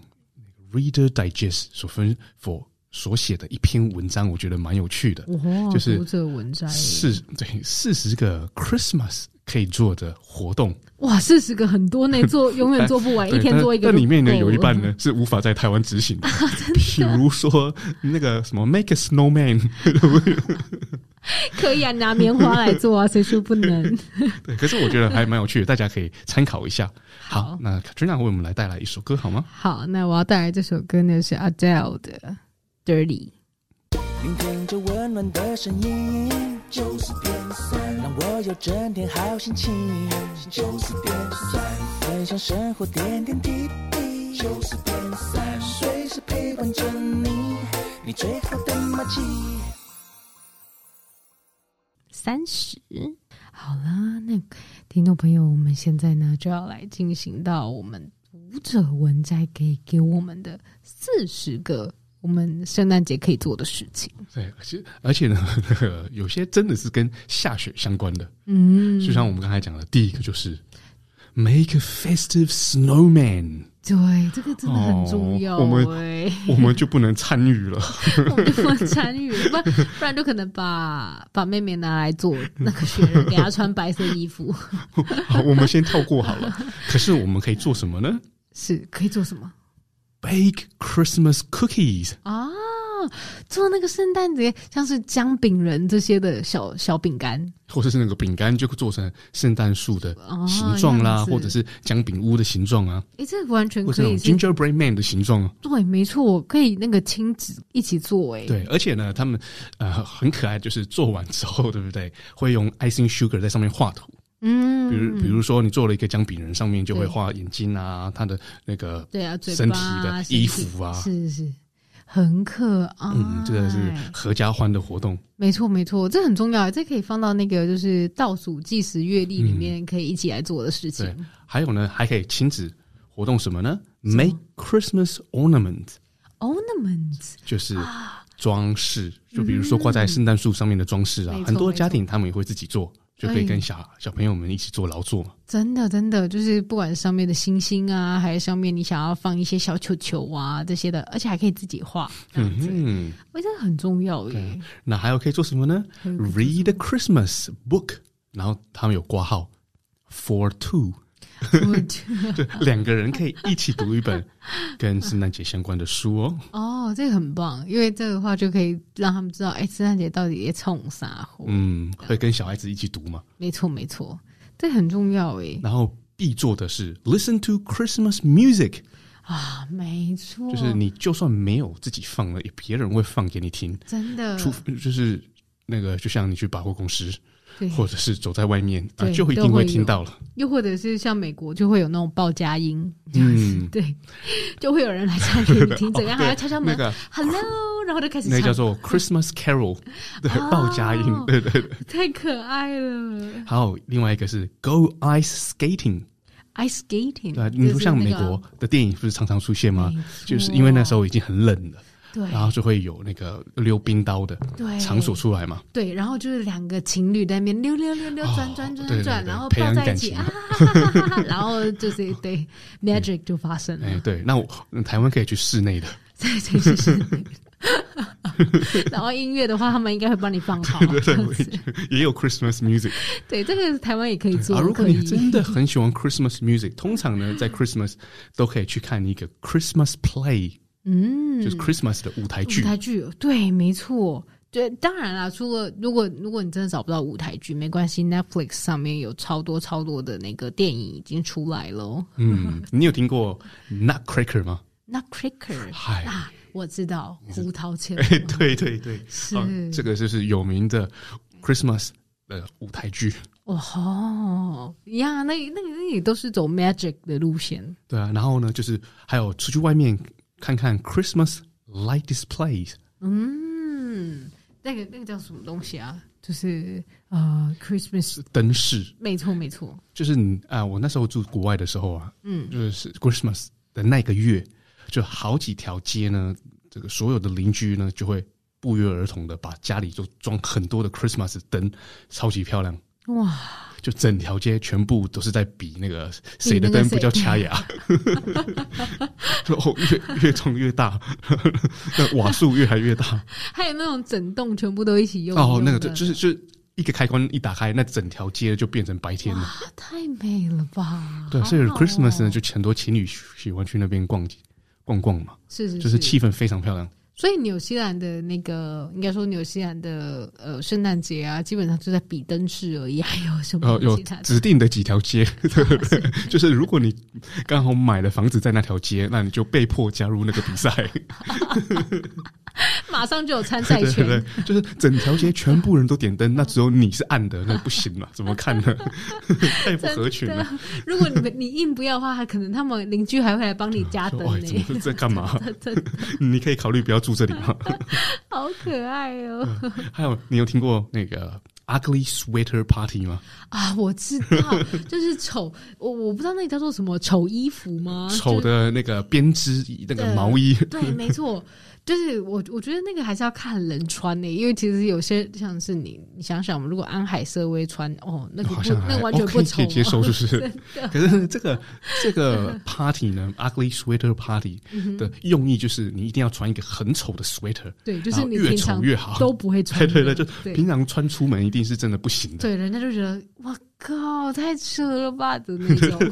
Speaker 1: Reader Digest 所分所所写的一篇文章，我觉得蛮有趣的。
Speaker 2: 哇，
Speaker 1: 就是
Speaker 2: 读者文摘耶，
Speaker 1: 四对四十个 Christmas 可以做的活动，
Speaker 2: 哇，四十个很多呢， 做永远做不完，
Speaker 1: 对
Speaker 2: 哎一天
Speaker 1: 但
Speaker 2: 做一个。啊
Speaker 1: 但里面呢有一半， 呢是无法在台湾执行的，比如说那个什么 Make a Snowman，
Speaker 2: 可以啊，拿棉花来做啊，谁说不能？
Speaker 1: 对，可是我觉得还蛮有趣的，大家可以参考一下。 好，
Speaker 2: 好
Speaker 1: 那 Katrina 为我们来带来一首歌好吗？
Speaker 2: 好，那我要带来这首歌呢是 Adele 的《Dirty》。
Speaker 3: 聆听着温暖的声音，九十点三，让我有整天好心情，九十点三，分享生活点点滴滴，九十点三，随时陪伴着你，你最好的默契。
Speaker 2: 三十。好啦，那听众朋友，我们现在呢就要来进行到我们读者文摘给给我们的四十个我们圣诞节可以做的事情。
Speaker 1: 对，其实而且呢，呃有些真的是跟下雪相关的，
Speaker 2: 嗯，
Speaker 1: 就像我们刚才讲的，第一个就是 Make a festive snowman，
Speaker 2: 对，这个真的很重要、
Speaker 1: 哦我们
Speaker 2: 欸。
Speaker 1: 我们就不能参与 了。
Speaker 2: 我们就不参与了，不然不然就可能把把妹妹拿来做那个雪人，给她穿白色衣服，
Speaker 1: 好，我们先跳过好了。可是我们可以做什么呢
Speaker 2: 是可以做什么？
Speaker 1: ？Bake Christmas cookies，
Speaker 2: 啊，做那个圣诞节像是姜饼人这些的小小饼干，
Speaker 1: 或者是那个饼干就做成圣诞树的
Speaker 2: 哦
Speaker 1: 形状啦，
Speaker 2: 样子
Speaker 1: 或者是姜饼屋的形状啊，
Speaker 2: 哦诶，这个完全
Speaker 1: 或者
Speaker 2: 可
Speaker 1: 那
Speaker 2: 以
Speaker 1: 种
Speaker 2: 是，
Speaker 1: gingerbread man 的形状啊。
Speaker 2: 对，没错，可以那个亲子一起做、诶，
Speaker 1: 对，而且呢，他们呃很可爱，就是做完之后， 对不对？会用 icing sugar 在上面画图，
Speaker 2: 嗯，
Speaker 1: 比如比如说你做了一个姜饼人，上面就会
Speaker 2: 对
Speaker 1: 画眼睛啊，他的那个
Speaker 2: 对啊，嘴
Speaker 1: 身体
Speaker 2: 巴
Speaker 1: 的
Speaker 2: 身
Speaker 1: 衣
Speaker 2: 体
Speaker 1: 服啊，
Speaker 2: 是是是，很可爱，
Speaker 1: 嗯，这个是合家欢的活动。
Speaker 2: 没错没错，这很重要，这可以放到那个就是倒数计时月历里面，可以一起来做的事情。
Speaker 1: 嗯对，还有呢，还可以亲子活动什么呢？Make Christmas ornament，
Speaker 2: 哦 Ornament，
Speaker 1: 就是
Speaker 2: 啊
Speaker 1: 装饰，就比如说挂在圣诞树上面的装饰啊
Speaker 2: 嗯没，错
Speaker 1: 很多家庭他们也会自己做，就可以
Speaker 2: 哎
Speaker 1: 跟小小朋友们一起做劳作嘛。
Speaker 2: 真的真的就是不管上面的星星啊，还是上面你想要放一些小球球啊这些的，而且还可以自己画，这样
Speaker 1: 嗯
Speaker 2: 子，
Speaker 1: 哼，
Speaker 2: 我觉得很重要耶。
Speaker 1: 那还有可以做什么呢
Speaker 2: 还有可以做
Speaker 1: ？Read a Christmas book，然后他们有挂号 for two，
Speaker 2: 我觉得
Speaker 1: 对，两个人可以一起读一本 跟圣诞节相关的书哦。
Speaker 2: 哦，这个很棒，因为这个的话就可以让他们知道，哎，圣诞节到底在冲啥货？
Speaker 1: 嗯，会跟小孩子一起读嘛。
Speaker 2: 没错，没错，这很重要诶。
Speaker 1: 然后必做的是 listen to Christmas music，
Speaker 2: 啊，没错，
Speaker 1: 就是你就算没有自己放了，也别人会放给你听。
Speaker 2: 真的，
Speaker 1: 除就是那个，就像你去百货公司，
Speaker 2: 对
Speaker 1: 或者是走在外面啊，
Speaker 2: 嗯对
Speaker 1: 就一定会听到了。
Speaker 2: 又或者是像美国就会有那种报佳音，
Speaker 1: 嗯，
Speaker 2: 对，就会有人来唱给你听，怎样还要敲敲门
Speaker 1: 那个
Speaker 2: ，Hello，然后就开始
Speaker 1: 那个叫
Speaker 2: 唱，
Speaker 1: 做 Christmas Carol，对，
Speaker 2: 哦
Speaker 1: 报佳音，对对对。
Speaker 2: 太可爱了
Speaker 1: 还有另外一个是 Go Ice Skating，
Speaker 2: ，Ice Skating，
Speaker 1: 对啊，
Speaker 2: 就是
Speaker 1: 你不像
Speaker 2: 那
Speaker 1: 美
Speaker 2: 个
Speaker 1: 国的电影不是常常出现吗
Speaker 2: 没？
Speaker 1: 就是因为那
Speaker 2: 错
Speaker 1: 时候已经很冷了，
Speaker 2: 对
Speaker 1: 然后就会有那个溜冰刀的
Speaker 2: 对
Speaker 1: 场所出来嘛。
Speaker 2: 对，然后就是两个情侣在那边溜溜溜溜转转转
Speaker 1: 哦对对
Speaker 2: 转转，
Speaker 1: 对
Speaker 2: 然后
Speaker 1: 培
Speaker 2: 抱
Speaker 1: 养
Speaker 2: 在一
Speaker 1: 感
Speaker 2: 起
Speaker 1: 情
Speaker 2: 啊，哈哈哈哈然后就是对 magic 就发生了
Speaker 1: 哎、，对，那我嗯台湾可以去室内的，
Speaker 2: 对对对是那个 然后音乐的话，他们应该会帮你放好。
Speaker 1: 对也有 Christmas music
Speaker 2: 对，这个台湾也可以做
Speaker 1: 啊。。如果
Speaker 2: 可以
Speaker 1: 你真的很喜欢 Christmas music，通常呢，在 Christmas 都可以去看一个 Christmas play，
Speaker 2: 嗯，
Speaker 1: 就是 Christmas 的舞台剧
Speaker 2: 舞。台剧，对，没错。对，当然啦，除了如果如果你真的找不到舞台剧，没关系，Netflix 上面有超多超多的那个电影已经出来了哦。
Speaker 1: 嗯，你有听过 Nutcracker 吗？
Speaker 2: Nutcracker
Speaker 1: 嗨
Speaker 2: 啊，我知道胡桃 钳
Speaker 1: 哎、对对对，
Speaker 2: 是
Speaker 1: 啊这个就是有名的 Christmas 的舞台剧。
Speaker 2: 哇吼哦呀，那那那也都是走 magic 的路线，
Speaker 1: 对啊，然后呢，就是还有出去外面看看 Christmas light displays，
Speaker 2: 嗯，那个那个叫什么东西啊？就是呃，Christmas，
Speaker 1: 灯饰，
Speaker 2: 没错没错，
Speaker 1: 就是你啊，我那时候住国外的时候啊，
Speaker 2: 嗯，
Speaker 1: 就是 Christmas 的那个月，就好几条街呢，这个所有的邻居呢就会不约而同的把家里就装很多的 Christmas 灯，超级漂亮。
Speaker 2: 哇，
Speaker 1: 就整条街全部都是在比那个谁的灯
Speaker 2: 比那个谁
Speaker 1: 比较掐牙， 就哦越越装越大， 那瓦数越来越大。
Speaker 2: 还有那种整栋全部都一起用
Speaker 1: 哦，那个
Speaker 2: 用
Speaker 1: 就
Speaker 2: 的
Speaker 1: 就是就是一个开关一打开，那整条街就变成白天了。
Speaker 2: 啊，太美了吧？
Speaker 1: 对，
Speaker 2: 好
Speaker 1: 所以
Speaker 2: 好哦
Speaker 1: Christmas 呢，就很多情侣喜欢去那边逛街逛逛嘛，
Speaker 2: 是嗯是
Speaker 1: 就是是气氛非常漂亮。
Speaker 2: 所以纽西兰的那个，应该说纽西兰的呃圣诞节啊，基本上就在比灯饰而已，还有什
Speaker 1: 呃
Speaker 2: 么，
Speaker 1: 有
Speaker 2: 嗯其他的
Speaker 1: 指定的几条街， 就是如果你刚好买的房子在那条街，那你就被迫加入那个比 赛。
Speaker 2: 马上就有参赛
Speaker 1: 对
Speaker 2: 权，
Speaker 1: 对对，就是整条街全部人都点灯，那只有你是暗的，那不行了，怎么看呢？ 太不合群了。
Speaker 2: 如果你们你硬不要的话，还可能他们邻居还会来帮你加 灯
Speaker 1: 说哎，
Speaker 2: 呢、
Speaker 1: 怎么在干嘛？
Speaker 2: 真的
Speaker 1: 你可以考虑不要住这里 吗？
Speaker 2: 嗯好可爱哦、
Speaker 1: 还有，你有听过那个 Ugly Sweater Party 吗？
Speaker 2: 啊！我知道，就是丑，我我不知道那个叫做什么丑衣服吗？
Speaker 1: 丑的那个编织那个毛衣，
Speaker 2: 就是。对，没错， 就是我我觉得那个还是要看人穿呢、因为其实有些像是你，你想想，如果安海瑟薇穿，哦，那个
Speaker 1: 好
Speaker 2: 不，
Speaker 1: 像
Speaker 2: 那
Speaker 1: 还
Speaker 2: 个完全不啊
Speaker 1: OK
Speaker 2: 丑
Speaker 1: 可
Speaker 2: 啊、
Speaker 1: 以接受，是不 是？可是这个这个 party 呢，Ugly Sweater Party
Speaker 2: 嗯
Speaker 1: 的用意就是你一定要穿一个很丑的 sweater，
Speaker 2: 对，就
Speaker 1: 然
Speaker 2: 是
Speaker 1: 后
Speaker 2: 你
Speaker 1: 越
Speaker 2: 平
Speaker 1: 丑
Speaker 2: 常
Speaker 1: 啊越好，
Speaker 2: 都不
Speaker 1: 对
Speaker 2: 会穿的。
Speaker 1: 对对，就
Speaker 2: 对
Speaker 1: 平常穿出门一定是真的不行的。
Speaker 2: 对，人家就觉得哇靠，太扯了吧的那 种。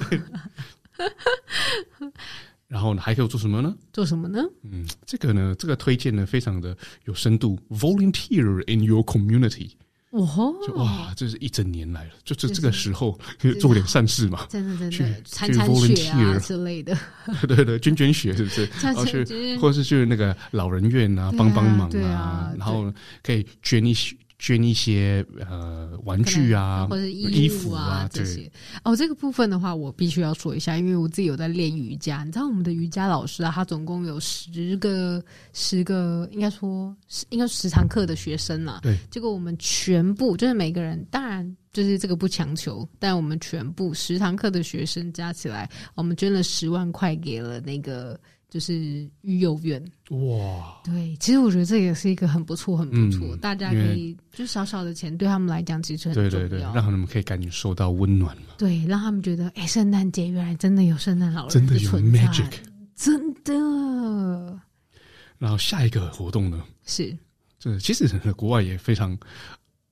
Speaker 1: 然后呢，还可以做什么呢？
Speaker 2: 做什么呢？
Speaker 1: 嗯，这个呢，这个推荐呢，非常的有深度。Volunteer in your community，
Speaker 2: 哇哦，
Speaker 1: 就哇，这是一整年来了，就这
Speaker 2: 是
Speaker 1: 这个时候 做点善事 嘛，
Speaker 2: 真的真的
Speaker 1: 去
Speaker 2: 铲铲雪啊
Speaker 1: volunteer
Speaker 2: 之类的，
Speaker 1: 对对对，捐捐血是不是？
Speaker 2: 铲
Speaker 1: 然后
Speaker 2: 铲
Speaker 1: 去，
Speaker 2: 就是
Speaker 1: 或是去那个老人院啊，
Speaker 2: 嗯对啊
Speaker 1: 帮帮忙
Speaker 2: 对啊
Speaker 1: 然后可以捐一些捐一些呃玩具啊，
Speaker 2: 或者是
Speaker 1: 衣
Speaker 2: 服
Speaker 1: 服啊，
Speaker 2: 这
Speaker 1: 对，
Speaker 2: 些。哦，这个部分的话，我必须要说一下，因为我自己有在练瑜伽。你知道我们的瑜伽老师啊，他总共有十个十个，应该说是应该十堂课的学生啦、
Speaker 1: 对，
Speaker 2: 结果我们全部就是每个人，当然就是这个不强求，但我们全部十堂课的学生加起来，我们捐了十万块给了那个就是育幼院。
Speaker 1: 哇，
Speaker 2: 对，其实我觉得这也是一个很不错、很不错，
Speaker 1: 嗯
Speaker 2: 大家可
Speaker 1: 因为
Speaker 2: 以就少少的钱对他们来讲其实很重
Speaker 1: 对
Speaker 2: 要，
Speaker 1: 对对，让他们可以感受到温暖嘛，
Speaker 2: 对让他们觉得，哎，圣诞节原来真的有圣诞老人
Speaker 1: 真的有
Speaker 2: 存在
Speaker 1: magic。
Speaker 2: 真的
Speaker 1: 然后下一个活动呢，
Speaker 2: 是
Speaker 1: 这其实国外也非常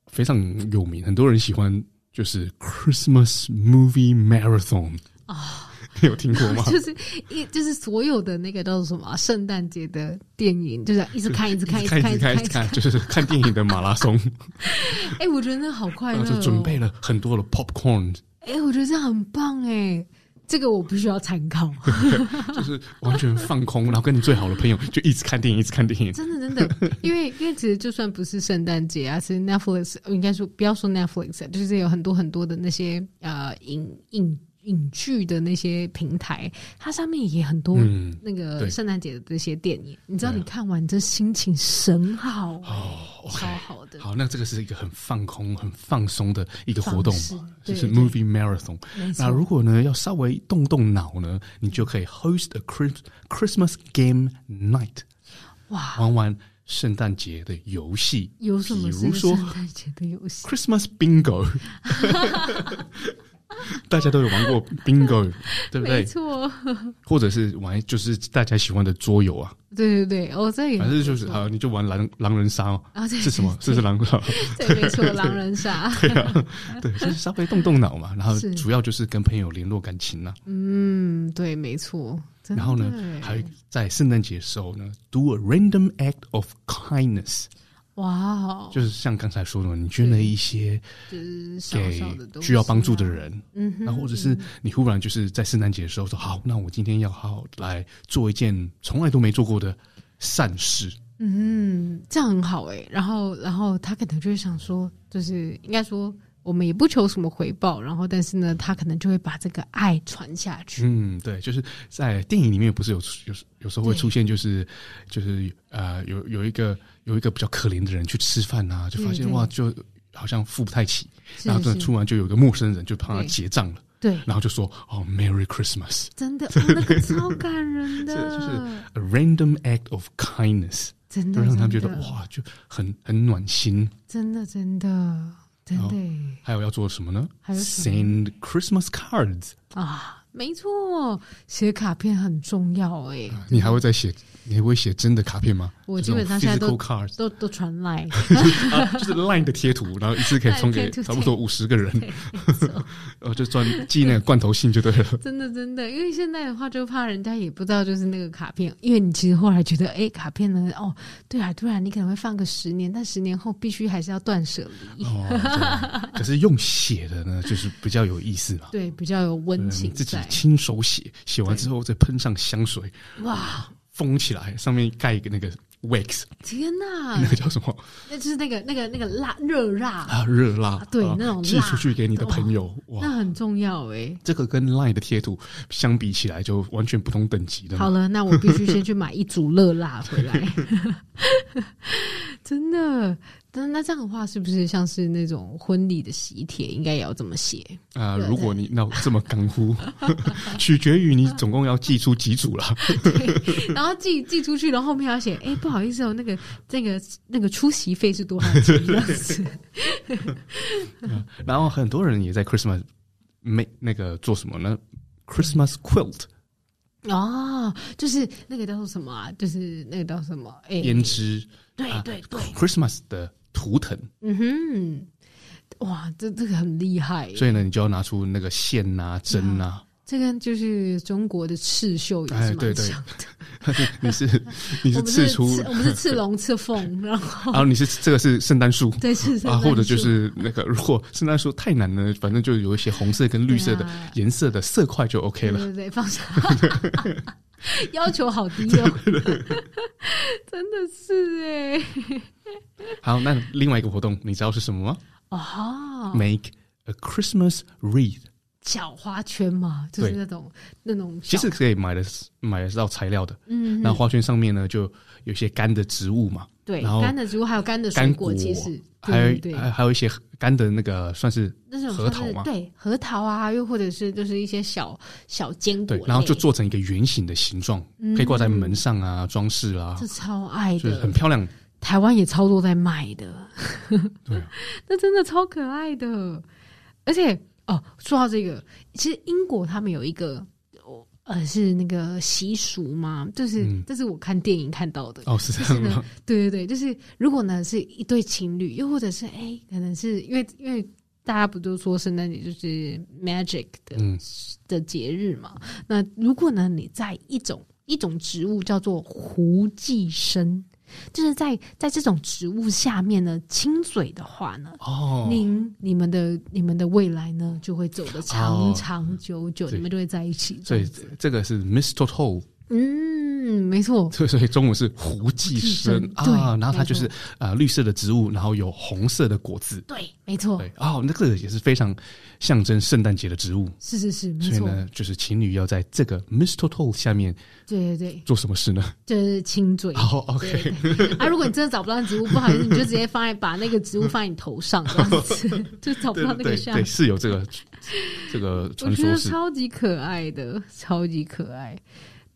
Speaker 1: 非常有名，很多人喜欢就是 Christmas Movie Marathon
Speaker 2: 啊，
Speaker 1: 你有听过吗？
Speaker 2: 就是一就是所有的那个叫做什么啊圣诞节的电影，就是一 直看，一直看，
Speaker 1: 一
Speaker 2: 一
Speaker 1: 直
Speaker 2: 直
Speaker 1: 看
Speaker 2: 看，
Speaker 1: 一直看一
Speaker 2: 一直
Speaker 1: 直看，就是看电影的马拉松，
Speaker 2: 哎， 我觉得那好快
Speaker 1: 然
Speaker 2: 乐
Speaker 1: 后
Speaker 2: 哦，
Speaker 1: 就准备了很多的 popcorn，
Speaker 2: 哎，我觉得这样很棒哎。这个我不需要参考，
Speaker 1: 就是完全放空，然后跟你最好的朋友就一直看电影，一直看电影。
Speaker 2: 真的 真的，因为因为其实就算不是圣诞节啊，其实 Netflix 呃应该说不要说 Netflix，啊就是有很多很多的那些呃影影影剧的那些平台，它上面也很多
Speaker 1: 嗯
Speaker 2: 那个
Speaker 1: 对
Speaker 2: 圣诞节的这些电影，你知道
Speaker 1: 对啊
Speaker 2: 你看完这心情神好
Speaker 1: 哦，OK，
Speaker 2: 超好的
Speaker 1: 好，那这个是一个很放空、很放松的一个活动
Speaker 2: 方式
Speaker 1: 嘛，就
Speaker 2: 对
Speaker 1: 是
Speaker 2: 对
Speaker 1: movie marathon。
Speaker 2: 没错
Speaker 1: 那如果呢要稍微动动脑呢，你就可以 host a Chris- Christmas game night，
Speaker 2: 哇！
Speaker 1: 玩玩圣诞节的游戏，
Speaker 2: 有什么
Speaker 1: 比
Speaker 2: 是
Speaker 1: 如
Speaker 2: 圣
Speaker 1: 说
Speaker 2: 诞节的游戏？
Speaker 1: Christmas bingo，大家都有玩过 bingo，对不
Speaker 2: 没
Speaker 1: 对？
Speaker 2: 错，
Speaker 1: 或者是玩就是大家喜欢的桌游啊，
Speaker 2: 对对对，哦，这也
Speaker 1: 反正就是
Speaker 2: 没错
Speaker 1: 好，你就玩狼狼人杀哦
Speaker 2: 啊，对
Speaker 1: 是什 么？
Speaker 2: 对
Speaker 1: 这是狼人杀。
Speaker 2: 对，没错，狼人杀，
Speaker 1: 对，就是稍微动动脑嘛，然后
Speaker 2: 是
Speaker 1: 主要就是跟朋友联络感情呐、啊
Speaker 2: 嗯，对，没错。真的
Speaker 1: 然后呢，还有在圣诞节的时候呢，do a random act of kindness，
Speaker 2: 哇哦，
Speaker 1: 就是像刚才说的，你捐了一些
Speaker 2: 就是小
Speaker 1: 给
Speaker 2: 小的东西
Speaker 1: 需要帮助的人，
Speaker 2: 嗯哼
Speaker 1: 然后或者是你忽然就是在圣诞节的时候说，好，那我今天要好好来做一件从来都没做过的善事，
Speaker 2: 嗯，这样很好哎、然后，然后他可能就会想说，就是应该说，我们也不求什么回报，然后，但是呢，他可能就会把这个爱传下去。
Speaker 1: 嗯，对，就是在电影里面不是有有有时候会
Speaker 2: 对
Speaker 1: 出现，就是就是呃，有有一个有一个比较可怜的人去吃饭啊，就发
Speaker 2: 对
Speaker 1: 现
Speaker 2: 嗯对
Speaker 1: 哇，就好像付不太起，
Speaker 2: 是
Speaker 1: 然后
Speaker 2: 是
Speaker 1: 突突然就有一个陌生人就帮他
Speaker 2: 对
Speaker 1: 结账了，
Speaker 2: 对，
Speaker 1: 然后就说哦，Merry Christmas。
Speaker 2: 真的，哦、那个超感人
Speaker 1: 这
Speaker 2: 的，
Speaker 1: 就是 a random act of kindness，
Speaker 2: 真
Speaker 1: 就
Speaker 2: 的，
Speaker 1: 让他们觉
Speaker 2: 嗯真
Speaker 1: 得
Speaker 2: 的，
Speaker 1: 哇，就很很暖心。
Speaker 2: 真的，真的，真的欸、
Speaker 1: 还有要做什么呢
Speaker 2: 还有什么
Speaker 1: ？Send Christmas cards，
Speaker 2: 啊，没错，写卡片很重要哎、
Speaker 1: 你还会再写，你还会写真的卡片吗？
Speaker 2: 我
Speaker 1: 就这
Speaker 2: 基本
Speaker 1: 种
Speaker 2: 上现在都
Speaker 1: physical cards，
Speaker 2: 都都传 来，
Speaker 1: 啊，就是 Line 的贴图，然后一次可以送
Speaker 2: Line 贴
Speaker 1: 给
Speaker 2: 图
Speaker 1: 差不多五十个人，
Speaker 2: 对没错
Speaker 1: 然后就专寄那个罐头信就对 了。
Speaker 2: 真的真的，因为现在的话就怕人家也不知道就是那个卡片，因为你其实后来觉得，哎、卡片呢，哦，对啊，突然你可能会放个十年，但十年后必须还是要断舍离，
Speaker 1: 哦，对可是用写的呢，就是比较有意思嘛。
Speaker 2: 对，比较有温
Speaker 1: 嗯
Speaker 2: 情
Speaker 1: 自己
Speaker 2: 在。
Speaker 1: 亲手写，写完之后再喷上香水，
Speaker 2: 哇，
Speaker 1: 封起来，上面盖一个那个 wax，
Speaker 2: 天哪
Speaker 1: 那，个叫什么
Speaker 2: 那就是那个那个那个辣热辣，
Speaker 1: 啊？热辣
Speaker 2: 啊，对
Speaker 1: 啊
Speaker 2: 那种
Speaker 1: 寄
Speaker 2: 辣
Speaker 1: 出去给你的朋友，哇
Speaker 2: 那，很重要哎、
Speaker 1: 这个跟 Line 的贴图相比起来，就完全不同等级的嘛。
Speaker 2: 好了，那我必须先去买一组热辣回来。 真的，那那这样的话，是不是像是那种婚礼的喜帖，应该也要这么写？
Speaker 1: 啊、
Speaker 2: 对
Speaker 1: 如果你那这么干乎， 取决于你总共要寄出几组啦。
Speaker 2: 然后寄寄出去，然后后面还要写，哎、不好意思哦，那个那个那个出席费是多少钱？这样子
Speaker 1: 然后很多人也在 Christmas 没那个做什么呢？Christmas quilt
Speaker 2: 哦，就是那个叫做什么啊？就是那个叫什么？哎、
Speaker 1: 编织
Speaker 2: 对
Speaker 1: 啊
Speaker 2: 对对，
Speaker 1: Christmas 的图腾，
Speaker 2: 嗯哼，哇，这这个很厉害耶，
Speaker 1: 所以呢，你就要拿出那个线呐、针啊呐、
Speaker 2: 这跟就是中国的刺绣也
Speaker 1: 哎
Speaker 2: 是
Speaker 1: 对
Speaker 2: 蛮
Speaker 1: 对
Speaker 2: 像的。
Speaker 1: 你 是你
Speaker 2: 我
Speaker 1: 是
Speaker 2: 们
Speaker 1: 刺出，啊
Speaker 2: 我们是 刺龙刺凤，然后
Speaker 1: 然后你是这个是圣诞树。
Speaker 2: 再刺圣
Speaker 1: 啊，
Speaker 2: 诞树
Speaker 1: 或者就是那个， 如果圣诞树太难了，反正就有一些红色跟绿色的
Speaker 2: 对啊嗯
Speaker 1: 颜色的色块就 OK
Speaker 2: 对
Speaker 1: 了。
Speaker 2: 对对，放下，要求好低哦， 真的是哎、
Speaker 1: 好，那另外一个活动你知道是什么吗、
Speaker 2: 哦，
Speaker 1: m a k e a Christmas wreath。
Speaker 2: 绞花圈嘛，就是
Speaker 1: 对
Speaker 2: 那种那种
Speaker 1: 其
Speaker 2: 绞，
Speaker 1: 实可以买的买得到材料的，
Speaker 2: 嗯，
Speaker 1: 那花圈上面呢，就有一些干的植物嘛，
Speaker 2: 对，
Speaker 1: 然后
Speaker 2: 干的植物还有干的水
Speaker 1: 干
Speaker 2: 果，其实
Speaker 1: 还
Speaker 2: 对
Speaker 1: 有
Speaker 2: 对
Speaker 1: 还
Speaker 2: 对，
Speaker 1: 还有一些干的那个算是
Speaker 2: 那种
Speaker 1: 核
Speaker 2: 像
Speaker 1: 桃
Speaker 2: 是
Speaker 1: 嘛，
Speaker 2: 对核桃啊，又或者是就是一些小小坚果
Speaker 1: 对
Speaker 2: 类，，
Speaker 1: 然后就做成一个圆形的形状，可以挂在门上啊，装饰啊
Speaker 2: 嗯这，超爱
Speaker 1: 就是
Speaker 2: 的
Speaker 1: 很，漂亮。
Speaker 2: 台湾也超多在卖的，
Speaker 1: 对啊，
Speaker 2: 那真的超可爱的。而且哦，说到这个，其实英国他们有一个，呃，是那个习俗嘛，就是、
Speaker 1: 嗯
Speaker 2: 这是我看电影看到的，
Speaker 1: 哦，是
Speaker 2: 就
Speaker 1: 这
Speaker 2: 是
Speaker 1: 样
Speaker 2: 呢
Speaker 1: 吗？，
Speaker 2: 对对对，就是如果呢是一对情侣，又或者是哎、可能是因为因为大家不都说圣诞节就是 magic 的、
Speaker 1: 嗯
Speaker 2: 的节日嘛？那如果呢你在一种一种植物叫做胡寄生，就是在在这种植物下面呢，亲嘴的话呢，
Speaker 1: 哦，
Speaker 2: 您你们的你们的未来呢就会走得长
Speaker 1: 哦
Speaker 2: 长久久，
Speaker 1: 对
Speaker 2: 你们就会在一起。
Speaker 1: 所以这个是 mistletoe，
Speaker 2: 嗯，没错，
Speaker 1: 所以所以中文是胡寄生
Speaker 2: 胡寄生对
Speaker 1: 啊，然后它就是
Speaker 2: 没
Speaker 1: 啊、呃绿色的植物，然后有红色的果子。
Speaker 2: 对，没错，
Speaker 1: 对，哦，那个也是非常象征圣诞节的植物。
Speaker 2: 是是是，没
Speaker 1: 所以
Speaker 2: 错，
Speaker 1: 呢，就是情侣要在这个 mistletoe 下面
Speaker 2: 对对对，
Speaker 1: 做什么事呢？
Speaker 2: 就是 亲嘴。
Speaker 1: 哦，OK，
Speaker 2: 啊，如果你真的找不到植物，不好意思，你就直接放在把那个植物放在你头上，这样子 就找不
Speaker 1: 哦 对
Speaker 2: 到那个
Speaker 1: 对
Speaker 2: 下
Speaker 1: 对，是有这 个这个
Speaker 2: 我
Speaker 1: 传
Speaker 2: 觉
Speaker 1: 说
Speaker 2: 得
Speaker 1: 是。
Speaker 2: 超级可爱的，超级可爱。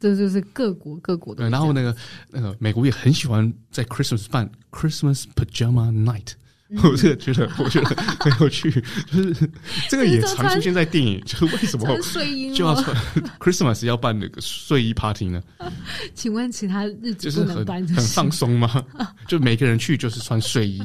Speaker 2: 这就是各国各国的
Speaker 1: 对，。呃然后那个那个美国也很喜欢在 Christmas 办 Christmas pajama night，、我
Speaker 2: 嗯
Speaker 1: 这个觉 得我觉得很有趣，就是这个也常出现在电 影，就是为什么
Speaker 2: 穿睡衣哦
Speaker 1: 就要
Speaker 2: 吗？
Speaker 1: 穿 Christmas 要办那个睡衣 party 呢？
Speaker 2: 请问其他日
Speaker 1: 就
Speaker 2: 子
Speaker 1: 是
Speaker 2: 不
Speaker 1: 很
Speaker 2: 能搬
Speaker 1: 很放松 吗？就每个人去就是穿睡衣，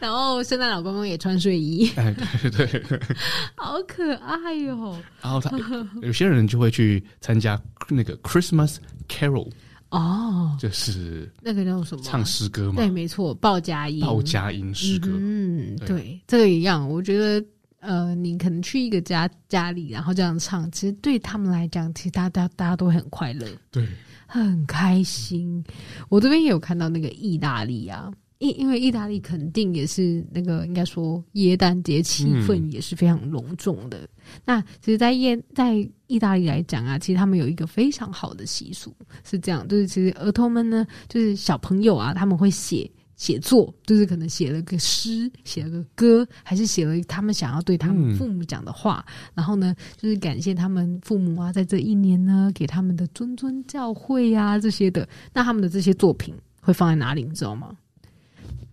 Speaker 2: 然后圣诞老公公也穿睡衣，
Speaker 1: 哎，对对对，
Speaker 2: 好可爱哟、
Speaker 1: 然后他有些人就会去参加那个 Christmas Carol，
Speaker 2: 哦，
Speaker 1: 就是
Speaker 2: 那个叫什么？啊
Speaker 1: 唱诗歌嘛
Speaker 2: 对，，没错，报佳音。
Speaker 1: 报佳音诗歌。
Speaker 2: 嗯哼，
Speaker 1: 对
Speaker 2: 对，这个一样。我觉得，呃，你可能去一个家家里，然后这样唱，其实对他们来讲，其实大家大家都会很快乐。
Speaker 1: 对，
Speaker 2: 很开心。我这边也有看到那个意大利啊，因因为意大利肯定也是那个应该说耶诞节气
Speaker 1: 嗯
Speaker 2: 氛也是非常隆重的。那其实在，耶在意大利来讲啊，其实他们有一个非常好的习俗是这样，就是其实儿童们呢，就是小朋友啊，他们会写。写作就是可能写了个诗，写了个歌，还是写了他们想要对他们
Speaker 1: 嗯
Speaker 2: 父母讲的话，然后呢，就是感谢他们父母啊，在这一年呢，给他们的谆谆教诲啊这些的。那他们的这些作品会放在哪里，你知道吗？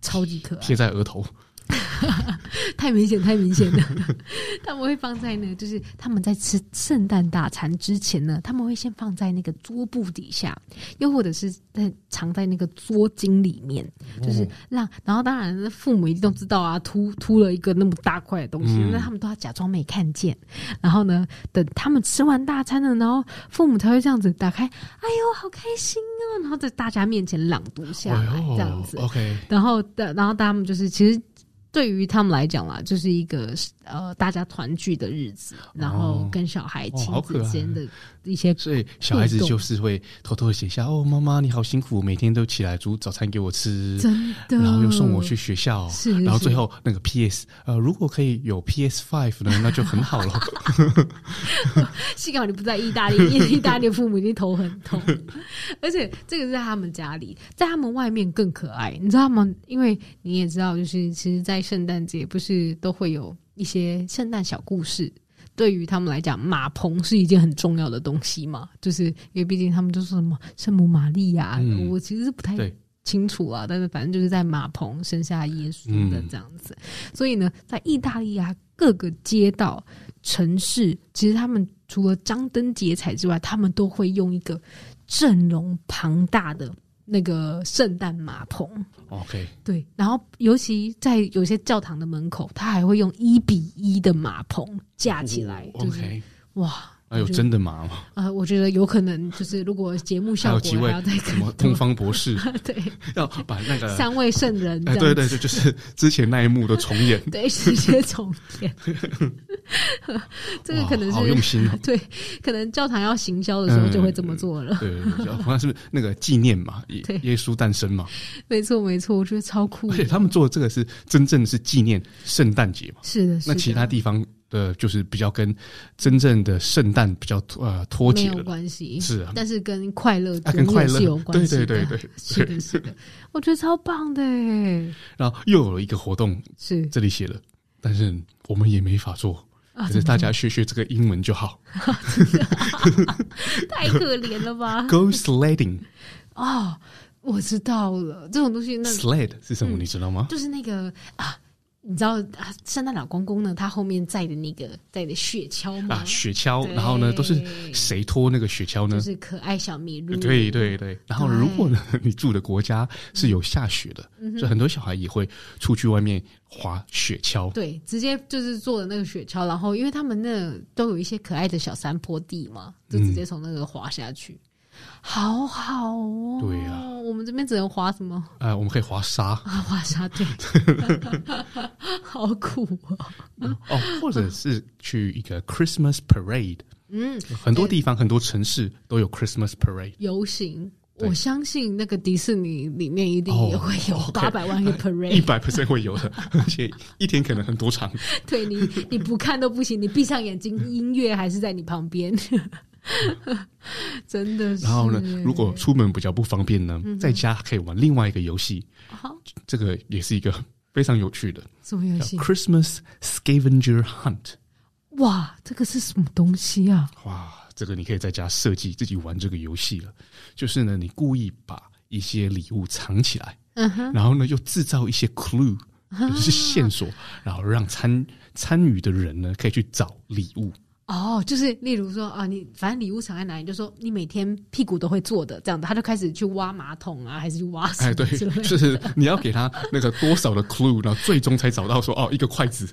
Speaker 2: 超级可爱
Speaker 1: 贴，在额头。
Speaker 2: 太明显，太明显了。 他们会放在呢，就是他们在吃圣诞大餐之前呢，他们会先放在那个桌布底下，又或者是在藏在那个桌巾里面，就是让，然后当然父母一定都知道啊，秃秃了一个那么大块的东西，
Speaker 1: 嗯
Speaker 2: 那他们都要假装没看见。然后呢，等他们吃完大餐了，然后父母才会这样子打开，哎呦，好开心哦，然后在大家面前朗读下来，这样子。
Speaker 1: 哎 OK，
Speaker 2: 然后的，然后他们就是其实。对于他们来讲啦，就是一个呃大家团聚的日子，然后跟小孩
Speaker 1: 哦
Speaker 2: 亲
Speaker 1: 好
Speaker 2: 子
Speaker 1: 可爱
Speaker 2: 间的一些
Speaker 1: 所以小孩子就是会偷偷的写下：“哦，妈妈你好辛苦，每天都起来煮早餐给我吃，
Speaker 2: 真的，
Speaker 1: 然后又送我去学校。
Speaker 2: 是
Speaker 1: 然后
Speaker 2: 是
Speaker 1: 最后那个 PS，呃，如果可以有 PS Five 呢，那就很好 了。
Speaker 2: 幸好你不在意 大利，因为意大利的父母已经头很痛了。而且这个是在他们家里，在他们外面更可爱，你知道吗？因为你也知道，就是其实，在圣诞节不是都会有一些圣诞小故事。对于他们来讲，马棚是一件很重要的东西嘛，就是因为毕竟他们都说什么圣母玛利亚，
Speaker 1: 嗯
Speaker 2: 我其实不太
Speaker 1: 对
Speaker 2: 清楚啊，但是反正就是在马棚生下耶稣的
Speaker 1: 嗯
Speaker 2: 这样子。所以呢，在意大利啊，各个街道、城市，其实他们除了张灯结彩之外，他们都会用一个阵容庞大的那个圣诞马棚。
Speaker 1: OK，
Speaker 2: 对，然后尤其在有些教堂的门口，他还会用一比一的马棚架起来，
Speaker 1: 哦
Speaker 2: 就是、
Speaker 1: OK，
Speaker 2: 哇。
Speaker 1: 还有
Speaker 2: 我觉得
Speaker 1: 哎真的麻 吗？
Speaker 2: 呃，我觉得有可能就是，如果节目
Speaker 1: 还
Speaker 2: 效
Speaker 1: 有
Speaker 2: 果
Speaker 1: 几
Speaker 2: 还
Speaker 1: 位
Speaker 2: 要再
Speaker 1: 什
Speaker 2: 更
Speaker 1: 么东
Speaker 2: 多，
Speaker 1: 方博士
Speaker 2: 对，
Speaker 1: 要把那个。
Speaker 2: 三位圣人这
Speaker 1: 哎，
Speaker 2: 样
Speaker 1: 对
Speaker 2: 子，
Speaker 1: 对对，就是 之前那一幕的重 演，
Speaker 2: 对，直接重 演。 这个
Speaker 1: 哇
Speaker 2: 可能
Speaker 1: 好用
Speaker 2: 是
Speaker 1: 心哦。
Speaker 2: 对，可能教堂要行销的时候就会这么做了。
Speaker 1: 对对对，好像是那个纪念嘛，耶
Speaker 2: 对
Speaker 1: 耶稣诞生嘛，
Speaker 2: 没错，没错，我觉得超酷
Speaker 1: 而
Speaker 2: 的。
Speaker 1: 且他们做的这个是真正是纪念圣诞节嘛。
Speaker 2: 是的，是
Speaker 1: 那
Speaker 2: 的
Speaker 1: 其他地方的，就是比较跟真正的圣诞比较呃脱
Speaker 2: 没
Speaker 1: 节
Speaker 2: 有
Speaker 1: 了，
Speaker 2: 关系，
Speaker 1: 是啊，
Speaker 2: 但是跟快乐
Speaker 1: 啊跟
Speaker 2: 永
Speaker 1: 快
Speaker 2: 远
Speaker 1: 乐
Speaker 2: 是有关系的。
Speaker 1: 对对对对
Speaker 2: 是的，是的，我觉得超棒的耶，
Speaker 1: 然后又有一个活动，
Speaker 2: 是
Speaker 1: 这里写了，但是我们也没法做，
Speaker 2: 啊
Speaker 1: 可是大家学学这个英文就好。
Speaker 2: 太可怜了吧？
Speaker 1: Go sledding,
Speaker 2: 哦，我知道了，这种东 西那
Speaker 1: sled 是什么？
Speaker 2: 嗯
Speaker 1: 你知道吗？
Speaker 2: 就是那个啊。你知道啊，圣诞老公公呢，他后面载的那个载的雪橇吗？
Speaker 1: 啊，雪橇，然后呢，
Speaker 2: 对
Speaker 1: 都是谁拖那个雪橇
Speaker 2: 就
Speaker 1: 呢？
Speaker 2: 是可爱小麋鹿。
Speaker 1: 嗯哎对对对，然后
Speaker 2: 嗯对嗯
Speaker 1: 如果呢，你住的国家是有下雪的，所以很多小孩也会出去外面滑雪橇。
Speaker 2: 对，直接就是坐的那个雪橇，然
Speaker 1: 嗯
Speaker 2: 后因为他们那都有一些可爱的小山坡地嘛，就直接从那个滑下去。好好哦。
Speaker 1: 对啊
Speaker 2: 我们这边只能滑什么
Speaker 1: 呃，我们可以滑沙
Speaker 2: 啊？滑沙对， 好苦哦。
Speaker 1: 哦，或者是去一个 Christmas parade。
Speaker 2: 嗯，
Speaker 1: 很多地方、很多城市都有 Christmas parade。
Speaker 2: 游行。
Speaker 1: 对
Speaker 2: 我相信那个迪士尼里面一定
Speaker 1: 哦
Speaker 2: 也会有
Speaker 1: ，OK
Speaker 2: 八百万 个
Speaker 1: 一
Speaker 2: parade，、
Speaker 1: 百 percent 会 有的，而且一天可能很多场。
Speaker 2: 对你你不看都不行，你闭上眼睛，音乐还是在你旁边， 真的是。嗯
Speaker 1: 然后呢，如果出门比较不方便呢，在家可以玩另外一个游戏，
Speaker 2: 好
Speaker 1: 这个也是一个非常有趣的，
Speaker 2: 什么游
Speaker 1: 叫
Speaker 2: 戏？
Speaker 1: Christmas Scavenger Hunt。
Speaker 2: 哇，这个是什么东西啊？
Speaker 1: 哇，这个你可以在家设计自己玩这个游戏了。就是呢，你故意把一些礼物藏起来，
Speaker 2: 嗯哼，啊
Speaker 1: 然后呢又制造一些 clue，就是线索，然后让参参与的人呢可以去找礼物。
Speaker 2: 哦，就是例如说啊，你反正礼物藏在哪里，你就说你每天屁股都会坐的这样子，他就开始去挖马桶啊，还是去挖什
Speaker 1: 哎，
Speaker 2: 么
Speaker 1: 对，
Speaker 2: 之 类的
Speaker 1: 就是你要给他那个多少的 clue，然后最终才找到说哦，一个筷子。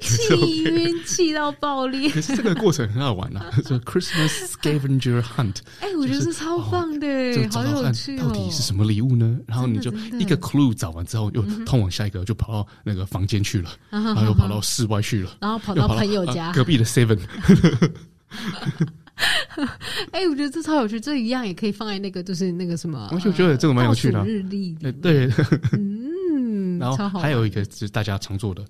Speaker 2: 气晕气到 爆裂。
Speaker 1: 可是这个过程很好玩啊， 就 Christmas scavenger hunt，
Speaker 2: 哎、我觉得
Speaker 1: 就是
Speaker 2: 这超棒的、
Speaker 1: 就找
Speaker 2: 好
Speaker 1: 到
Speaker 2: 有
Speaker 1: 看
Speaker 2: 趣哦！
Speaker 1: 到底是什么礼物呢？然后你就
Speaker 2: 真的嗯
Speaker 1: 一个 clue 找完之后，又通往下一个，就跑到那个房间去了，
Speaker 2: 嗯哼
Speaker 1: 然后又跑到室外去了，
Speaker 2: 然后跑
Speaker 1: 又
Speaker 2: 到朋友家
Speaker 1: 呃，隔壁 的 seven，
Speaker 2: 哎、我觉得这超有趣，这一样也可以放在那个，就是那个什么，
Speaker 1: 我就觉得这个蛮有趣的啊
Speaker 2: 倒数日历里
Speaker 1: 呃对，
Speaker 2: 嗯，
Speaker 1: 然
Speaker 2: 超
Speaker 1: 后
Speaker 2: 好玩
Speaker 1: 还有一个就是大家常做的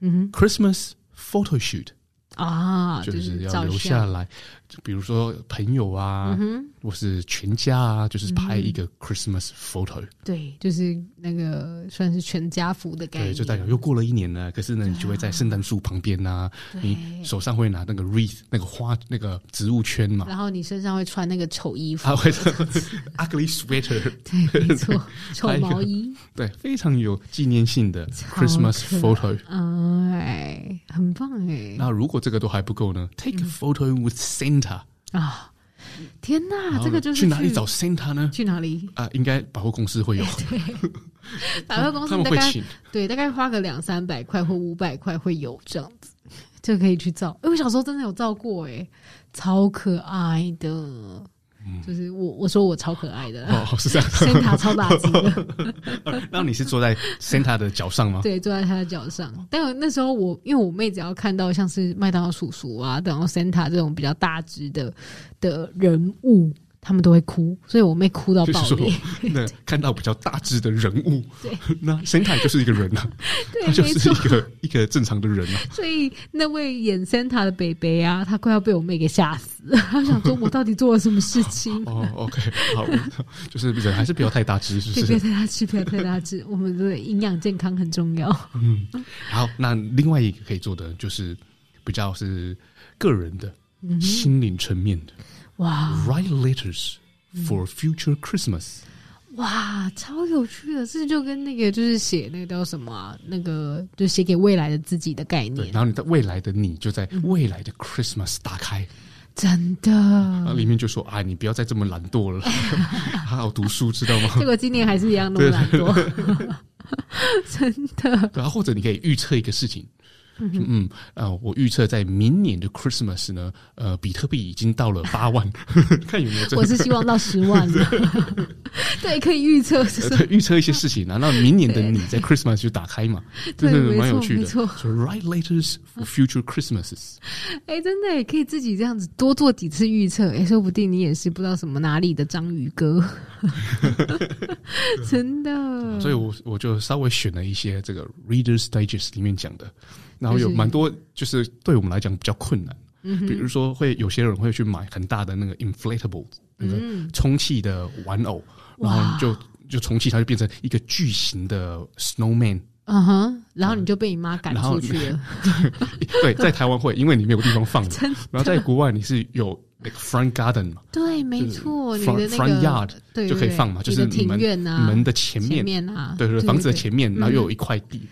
Speaker 2: 嗯
Speaker 1: Christmas photo shoot。
Speaker 2: 啊，
Speaker 1: 就是是要
Speaker 2: 照
Speaker 1: 留下
Speaker 2: 相，嗯
Speaker 1: 来，就比如说朋友啊，或是全家啊，就是拍一个 Christmas photo，、
Speaker 2: 对，就是那个算是全家福的概念，啊
Speaker 1: 对，就代表又过了一年了。可是呢，你就会在圣诞树旁边呐、
Speaker 2: 对
Speaker 1: 你手上会拿那个 wreath 那个花那个植物圈嘛，
Speaker 2: 然后你身上会穿那个丑 衣服，
Speaker 1: 他会 ugly sweater，
Speaker 2: 对，没错，丑
Speaker 1: 还有
Speaker 2: 毛衣，
Speaker 1: 对，非常有纪念性的
Speaker 2: 超
Speaker 1: Christmas
Speaker 2: 可
Speaker 1: photo。
Speaker 2: 哎，很棒哎
Speaker 1: 那如果这个都还不够呢，take a
Speaker 2: 嗯
Speaker 1: photo with Santa，、
Speaker 2: 啊！天哪，
Speaker 1: 然后
Speaker 2: 啊这
Speaker 1: 呢
Speaker 2: 个就是
Speaker 1: 去哪里找 Santa 呢？
Speaker 2: 去哪里？
Speaker 1: 啊，应该百货公司 会有，
Speaker 2: 百货公
Speaker 1: 他
Speaker 2: 司
Speaker 1: 们
Speaker 2: 大
Speaker 1: 会
Speaker 2: 概
Speaker 1: 请。
Speaker 2: 对，大概花个两三百块或五百块会有这样子，就可以去照。哎、我小时候真的有照过、哎，超可爱的，就是我我说我超可爱的啦，
Speaker 1: 嗯哦，是这样。
Speaker 2: 森塔超垃圾的，
Speaker 1: 那你是坐在 Santa 的脚上吗？
Speaker 2: 对，坐在他的脚上。但我那时候我因为我妹只要看到像是麦当劳叔叔啊，然后森塔这种比较大只的的人物。他们都会哭，所以我妹哭到
Speaker 1: 就
Speaker 2: 爆
Speaker 1: 是说
Speaker 2: 裂。，
Speaker 1: 那看到比较大只的人物
Speaker 2: 对，
Speaker 1: 那 Santa 就是一个人啊，
Speaker 2: 对，
Speaker 1: 他就
Speaker 2: 没
Speaker 1: 是
Speaker 2: 错
Speaker 1: 一。个一个正常的人啊。
Speaker 2: 所以那位演森塔的北北啊，他快要被我妹给吓死了。 他想说，我到底做了什么事情？
Speaker 1: 哦，OK，好，就是人还是不要太大只，是
Speaker 2: 对，
Speaker 1: 不
Speaker 2: 不要
Speaker 1: 是？
Speaker 2: 太大吃，不要太大吃，我们的营养健康很重要。
Speaker 1: 好，那另外一个可以做的就是比较是个人的心灵层面的
Speaker 2: 哇
Speaker 1: ，write letters for future Christmas。
Speaker 2: 哇，超有趣的，这就跟那个就是写那个叫什么啊，那个就写给未来的自己的概
Speaker 1: 对，
Speaker 2: 念
Speaker 1: 然，后你在未来的你就在未来的 Christmas 打开，
Speaker 2: 真
Speaker 1: 然后
Speaker 2: 的。
Speaker 1: 里面就说：“哎，你不要再这么懒惰了，好好读书，知道吗？”
Speaker 2: 结果今年还是一样那么懒惰，真的
Speaker 1: 对啊，或者你可以预测一个事情，嗯嗯，啊、我预测在明年的 Christmas 呢，呃，比特币已经到了八万， 看有没有这
Speaker 2: 我是希望到十万的， 对，可以预测， 就是
Speaker 1: 对预测一些事情啊，然后明年的你在 Christmas 就打 开嘛，
Speaker 2: 对
Speaker 1: 这
Speaker 2: 没
Speaker 1: 是蛮有
Speaker 2: 错
Speaker 1: 趣
Speaker 2: 没
Speaker 1: 的。
Speaker 2: 错
Speaker 1: So write letters for future Christmases，
Speaker 2: 哎、真的耶可以自己这样子多做几次预测，哎、说不定你也是不知道什么哪里的章鱼 哥，真的。
Speaker 1: 所以我我就稍微选了一些这个 Reader's Digest 里面讲的，然后有
Speaker 2: 就是
Speaker 1: 蛮多就是对我们来讲比较困难。
Speaker 2: 嗯
Speaker 1: 比如说，会有些人会去买很大的那个 inflatable 那个
Speaker 2: 嗯，
Speaker 1: 充气的玩偶，然后就就充气，它就变成一个巨型的 snowman。
Speaker 2: 嗯哼，然后你就被你妈赶出去了，
Speaker 1: 对，在台湾会，因为你没有地方放嘛。
Speaker 2: 真的
Speaker 1: 然后在国外你是有那个 front garden 嘛，
Speaker 2: 对，没错，你
Speaker 1: 就是
Speaker 2: 的那
Speaker 1: front- front
Speaker 2: 个
Speaker 1: yard
Speaker 2: 对
Speaker 1: 就可以放嘛
Speaker 2: 对
Speaker 1: 就是
Speaker 2: 你的庭
Speaker 1: 门
Speaker 2: 院啊，
Speaker 1: 门的前
Speaker 2: 前
Speaker 1: 面，
Speaker 2: 啊，
Speaker 1: 对对，
Speaker 2: 对
Speaker 1: 房子的前面，然后又有一块地，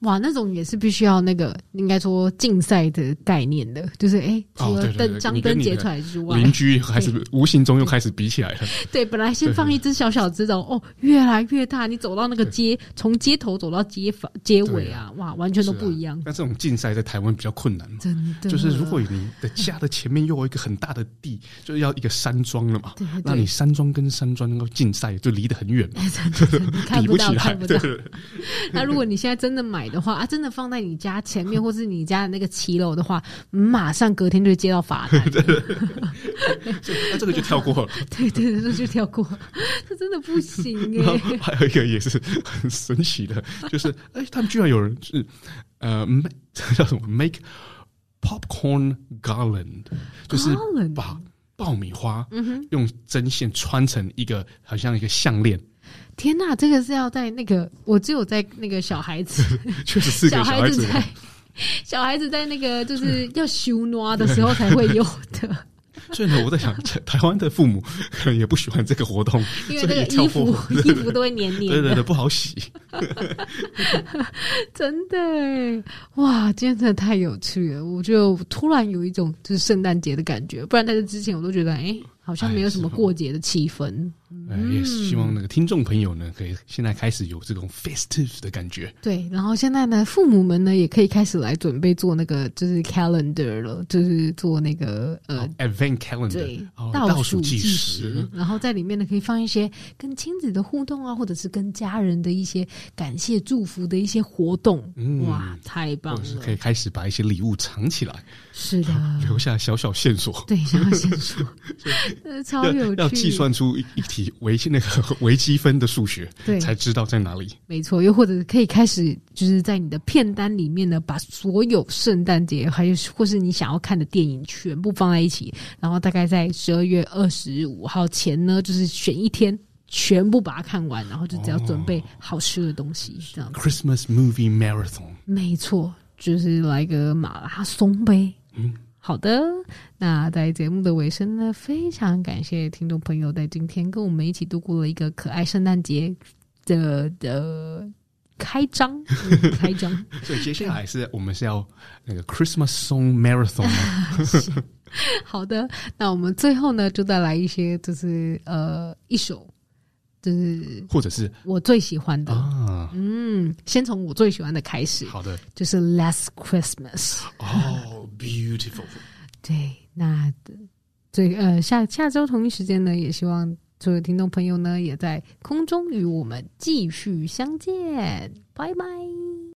Speaker 2: 哇，那种也是必须要那个应该说竞赛的概念的，就是哎、除
Speaker 1: 哦
Speaker 2: 了
Speaker 1: 对对对
Speaker 2: 灯张
Speaker 1: 你跟
Speaker 2: 灯
Speaker 1: 你
Speaker 2: 结
Speaker 1: 的
Speaker 2: 出来之外，
Speaker 1: 邻居开始无形中又开始比起来了。
Speaker 2: 对，本来先
Speaker 1: 对
Speaker 2: 放一只小小只的，哦，越来越大，你走到那个街，从街头走到街坊街尾啊，哇，完全都
Speaker 1: 是啊
Speaker 2: 不一样，
Speaker 1: 但这种竞赛在台湾比较困难嘛，
Speaker 2: 真的。
Speaker 1: 就是如果你的家的前面又有一个很大的地，就是要一个山庄了嘛
Speaker 2: 对对，
Speaker 1: 那你山庄跟山庄能够竞赛就离得很远嘛，
Speaker 2: 你看
Speaker 1: 比
Speaker 2: 不
Speaker 1: 起
Speaker 2: 到，
Speaker 1: 来
Speaker 2: 看。不
Speaker 1: 对
Speaker 2: 到。
Speaker 1: 对对
Speaker 2: 那如果你现在真的买的话啊，真的放在你家前 面或是你家的那个骑楼的话，嗯马上隔天就接到罚 单。
Speaker 1: 所以那这个就跳过了。
Speaker 2: 对对对，这就跳过， 这真的不行
Speaker 1: 然
Speaker 2: 哎、
Speaker 1: 后还有一个也是很神奇的，就是哎、他们居然有人是呃，ma- 叫什么 make popcorn garland，就是
Speaker 2: 哦啊
Speaker 1: 把爆米花
Speaker 2: 嗯哼，
Speaker 1: 用针线穿成一个好像一个项链，
Speaker 2: 天哪，这个是要在那个，我只有在那个小孩子
Speaker 1: 确实 是给小孩子
Speaker 2: 嗯小孩
Speaker 1: 玩
Speaker 2: 在。 小孩子在那个就是要修挪的时候才会有的，
Speaker 1: 所以呢，我在想， 台湾的父母可能也不喜欢这个活动，
Speaker 2: 因为
Speaker 1: 所以
Speaker 2: 那
Speaker 1: 也
Speaker 2: 个
Speaker 1: 跳
Speaker 2: 衣
Speaker 1: 过
Speaker 2: 服 衣服都会黏
Speaker 1: 对
Speaker 2: 黏
Speaker 1: 对对，
Speaker 2: 的，
Speaker 1: 不好洗。
Speaker 2: 真的耶哇，今天真的太有趣了，我就突然有一种就是圣诞节的感觉，不然在这之前我都觉得哎、好像没有什
Speaker 1: 哦
Speaker 2: 么过节的气氛。
Speaker 1: 哎，
Speaker 2: 嗯
Speaker 1: 也是希望那个听众朋友呢，可以现在开始有这种 festive 的感觉。
Speaker 2: 对，然后现在呢，父母们呢也可以开始来准备做那个就是 calendar 了，就是做那个呃
Speaker 1: 哦 Advent calendar，
Speaker 2: 对，
Speaker 1: 哦
Speaker 2: 倒
Speaker 1: 倒
Speaker 2: 数
Speaker 1: 计
Speaker 2: 时，然后在里面呢可以放一些跟亲子的互动啊，或者是跟家人的一些感谢、祝福的一些活动。
Speaker 1: 嗯
Speaker 2: 哇，太棒
Speaker 1: 或
Speaker 2: 了！
Speaker 1: 者是可以开始把一些礼物藏起来，
Speaker 2: 是的，
Speaker 1: 留下小小线索。
Speaker 2: 对，想要先 说，呃，超
Speaker 1: 要
Speaker 2: 有
Speaker 1: 要
Speaker 2: 趣，
Speaker 1: 计算出一一题微那个 微积分的数学，
Speaker 2: 对，
Speaker 1: 才知道在哪里。
Speaker 2: 没错。又或者可以开始，就是在你的片单里面呢，把所有圣诞节还有或是你想要看的电影全部放在一起，然后大概在十二月二十五号前呢，就是选一天。全部把它看完，然后就只要准备好吃的东西，这样子。
Speaker 1: Christmas movie marathon，
Speaker 2: 没错，就是来个马拉松呗。
Speaker 1: 嗯，
Speaker 2: 好的，那在节目的尾声呢，非常感谢听众朋友在今天跟我们一起度过了一个可爱圣诞节的的开张， 嗯开张。
Speaker 1: 所以接下来是我们是要那个 Christmas song marathon 吗
Speaker 2: 好的，那我们最后呢，就再来一些，就是呃，一首就是
Speaker 1: 或者是
Speaker 2: 我最喜欢的。
Speaker 1: 啊，
Speaker 2: 嗯，先从我最喜欢的开始，
Speaker 1: 好的
Speaker 2: 就是 Last Christmas。
Speaker 1: 哦，beautiful，
Speaker 2: 对，那最呃下下周同一时间呢，也希望所有听众朋友呢，也在空中与我们继续相见，拜拜。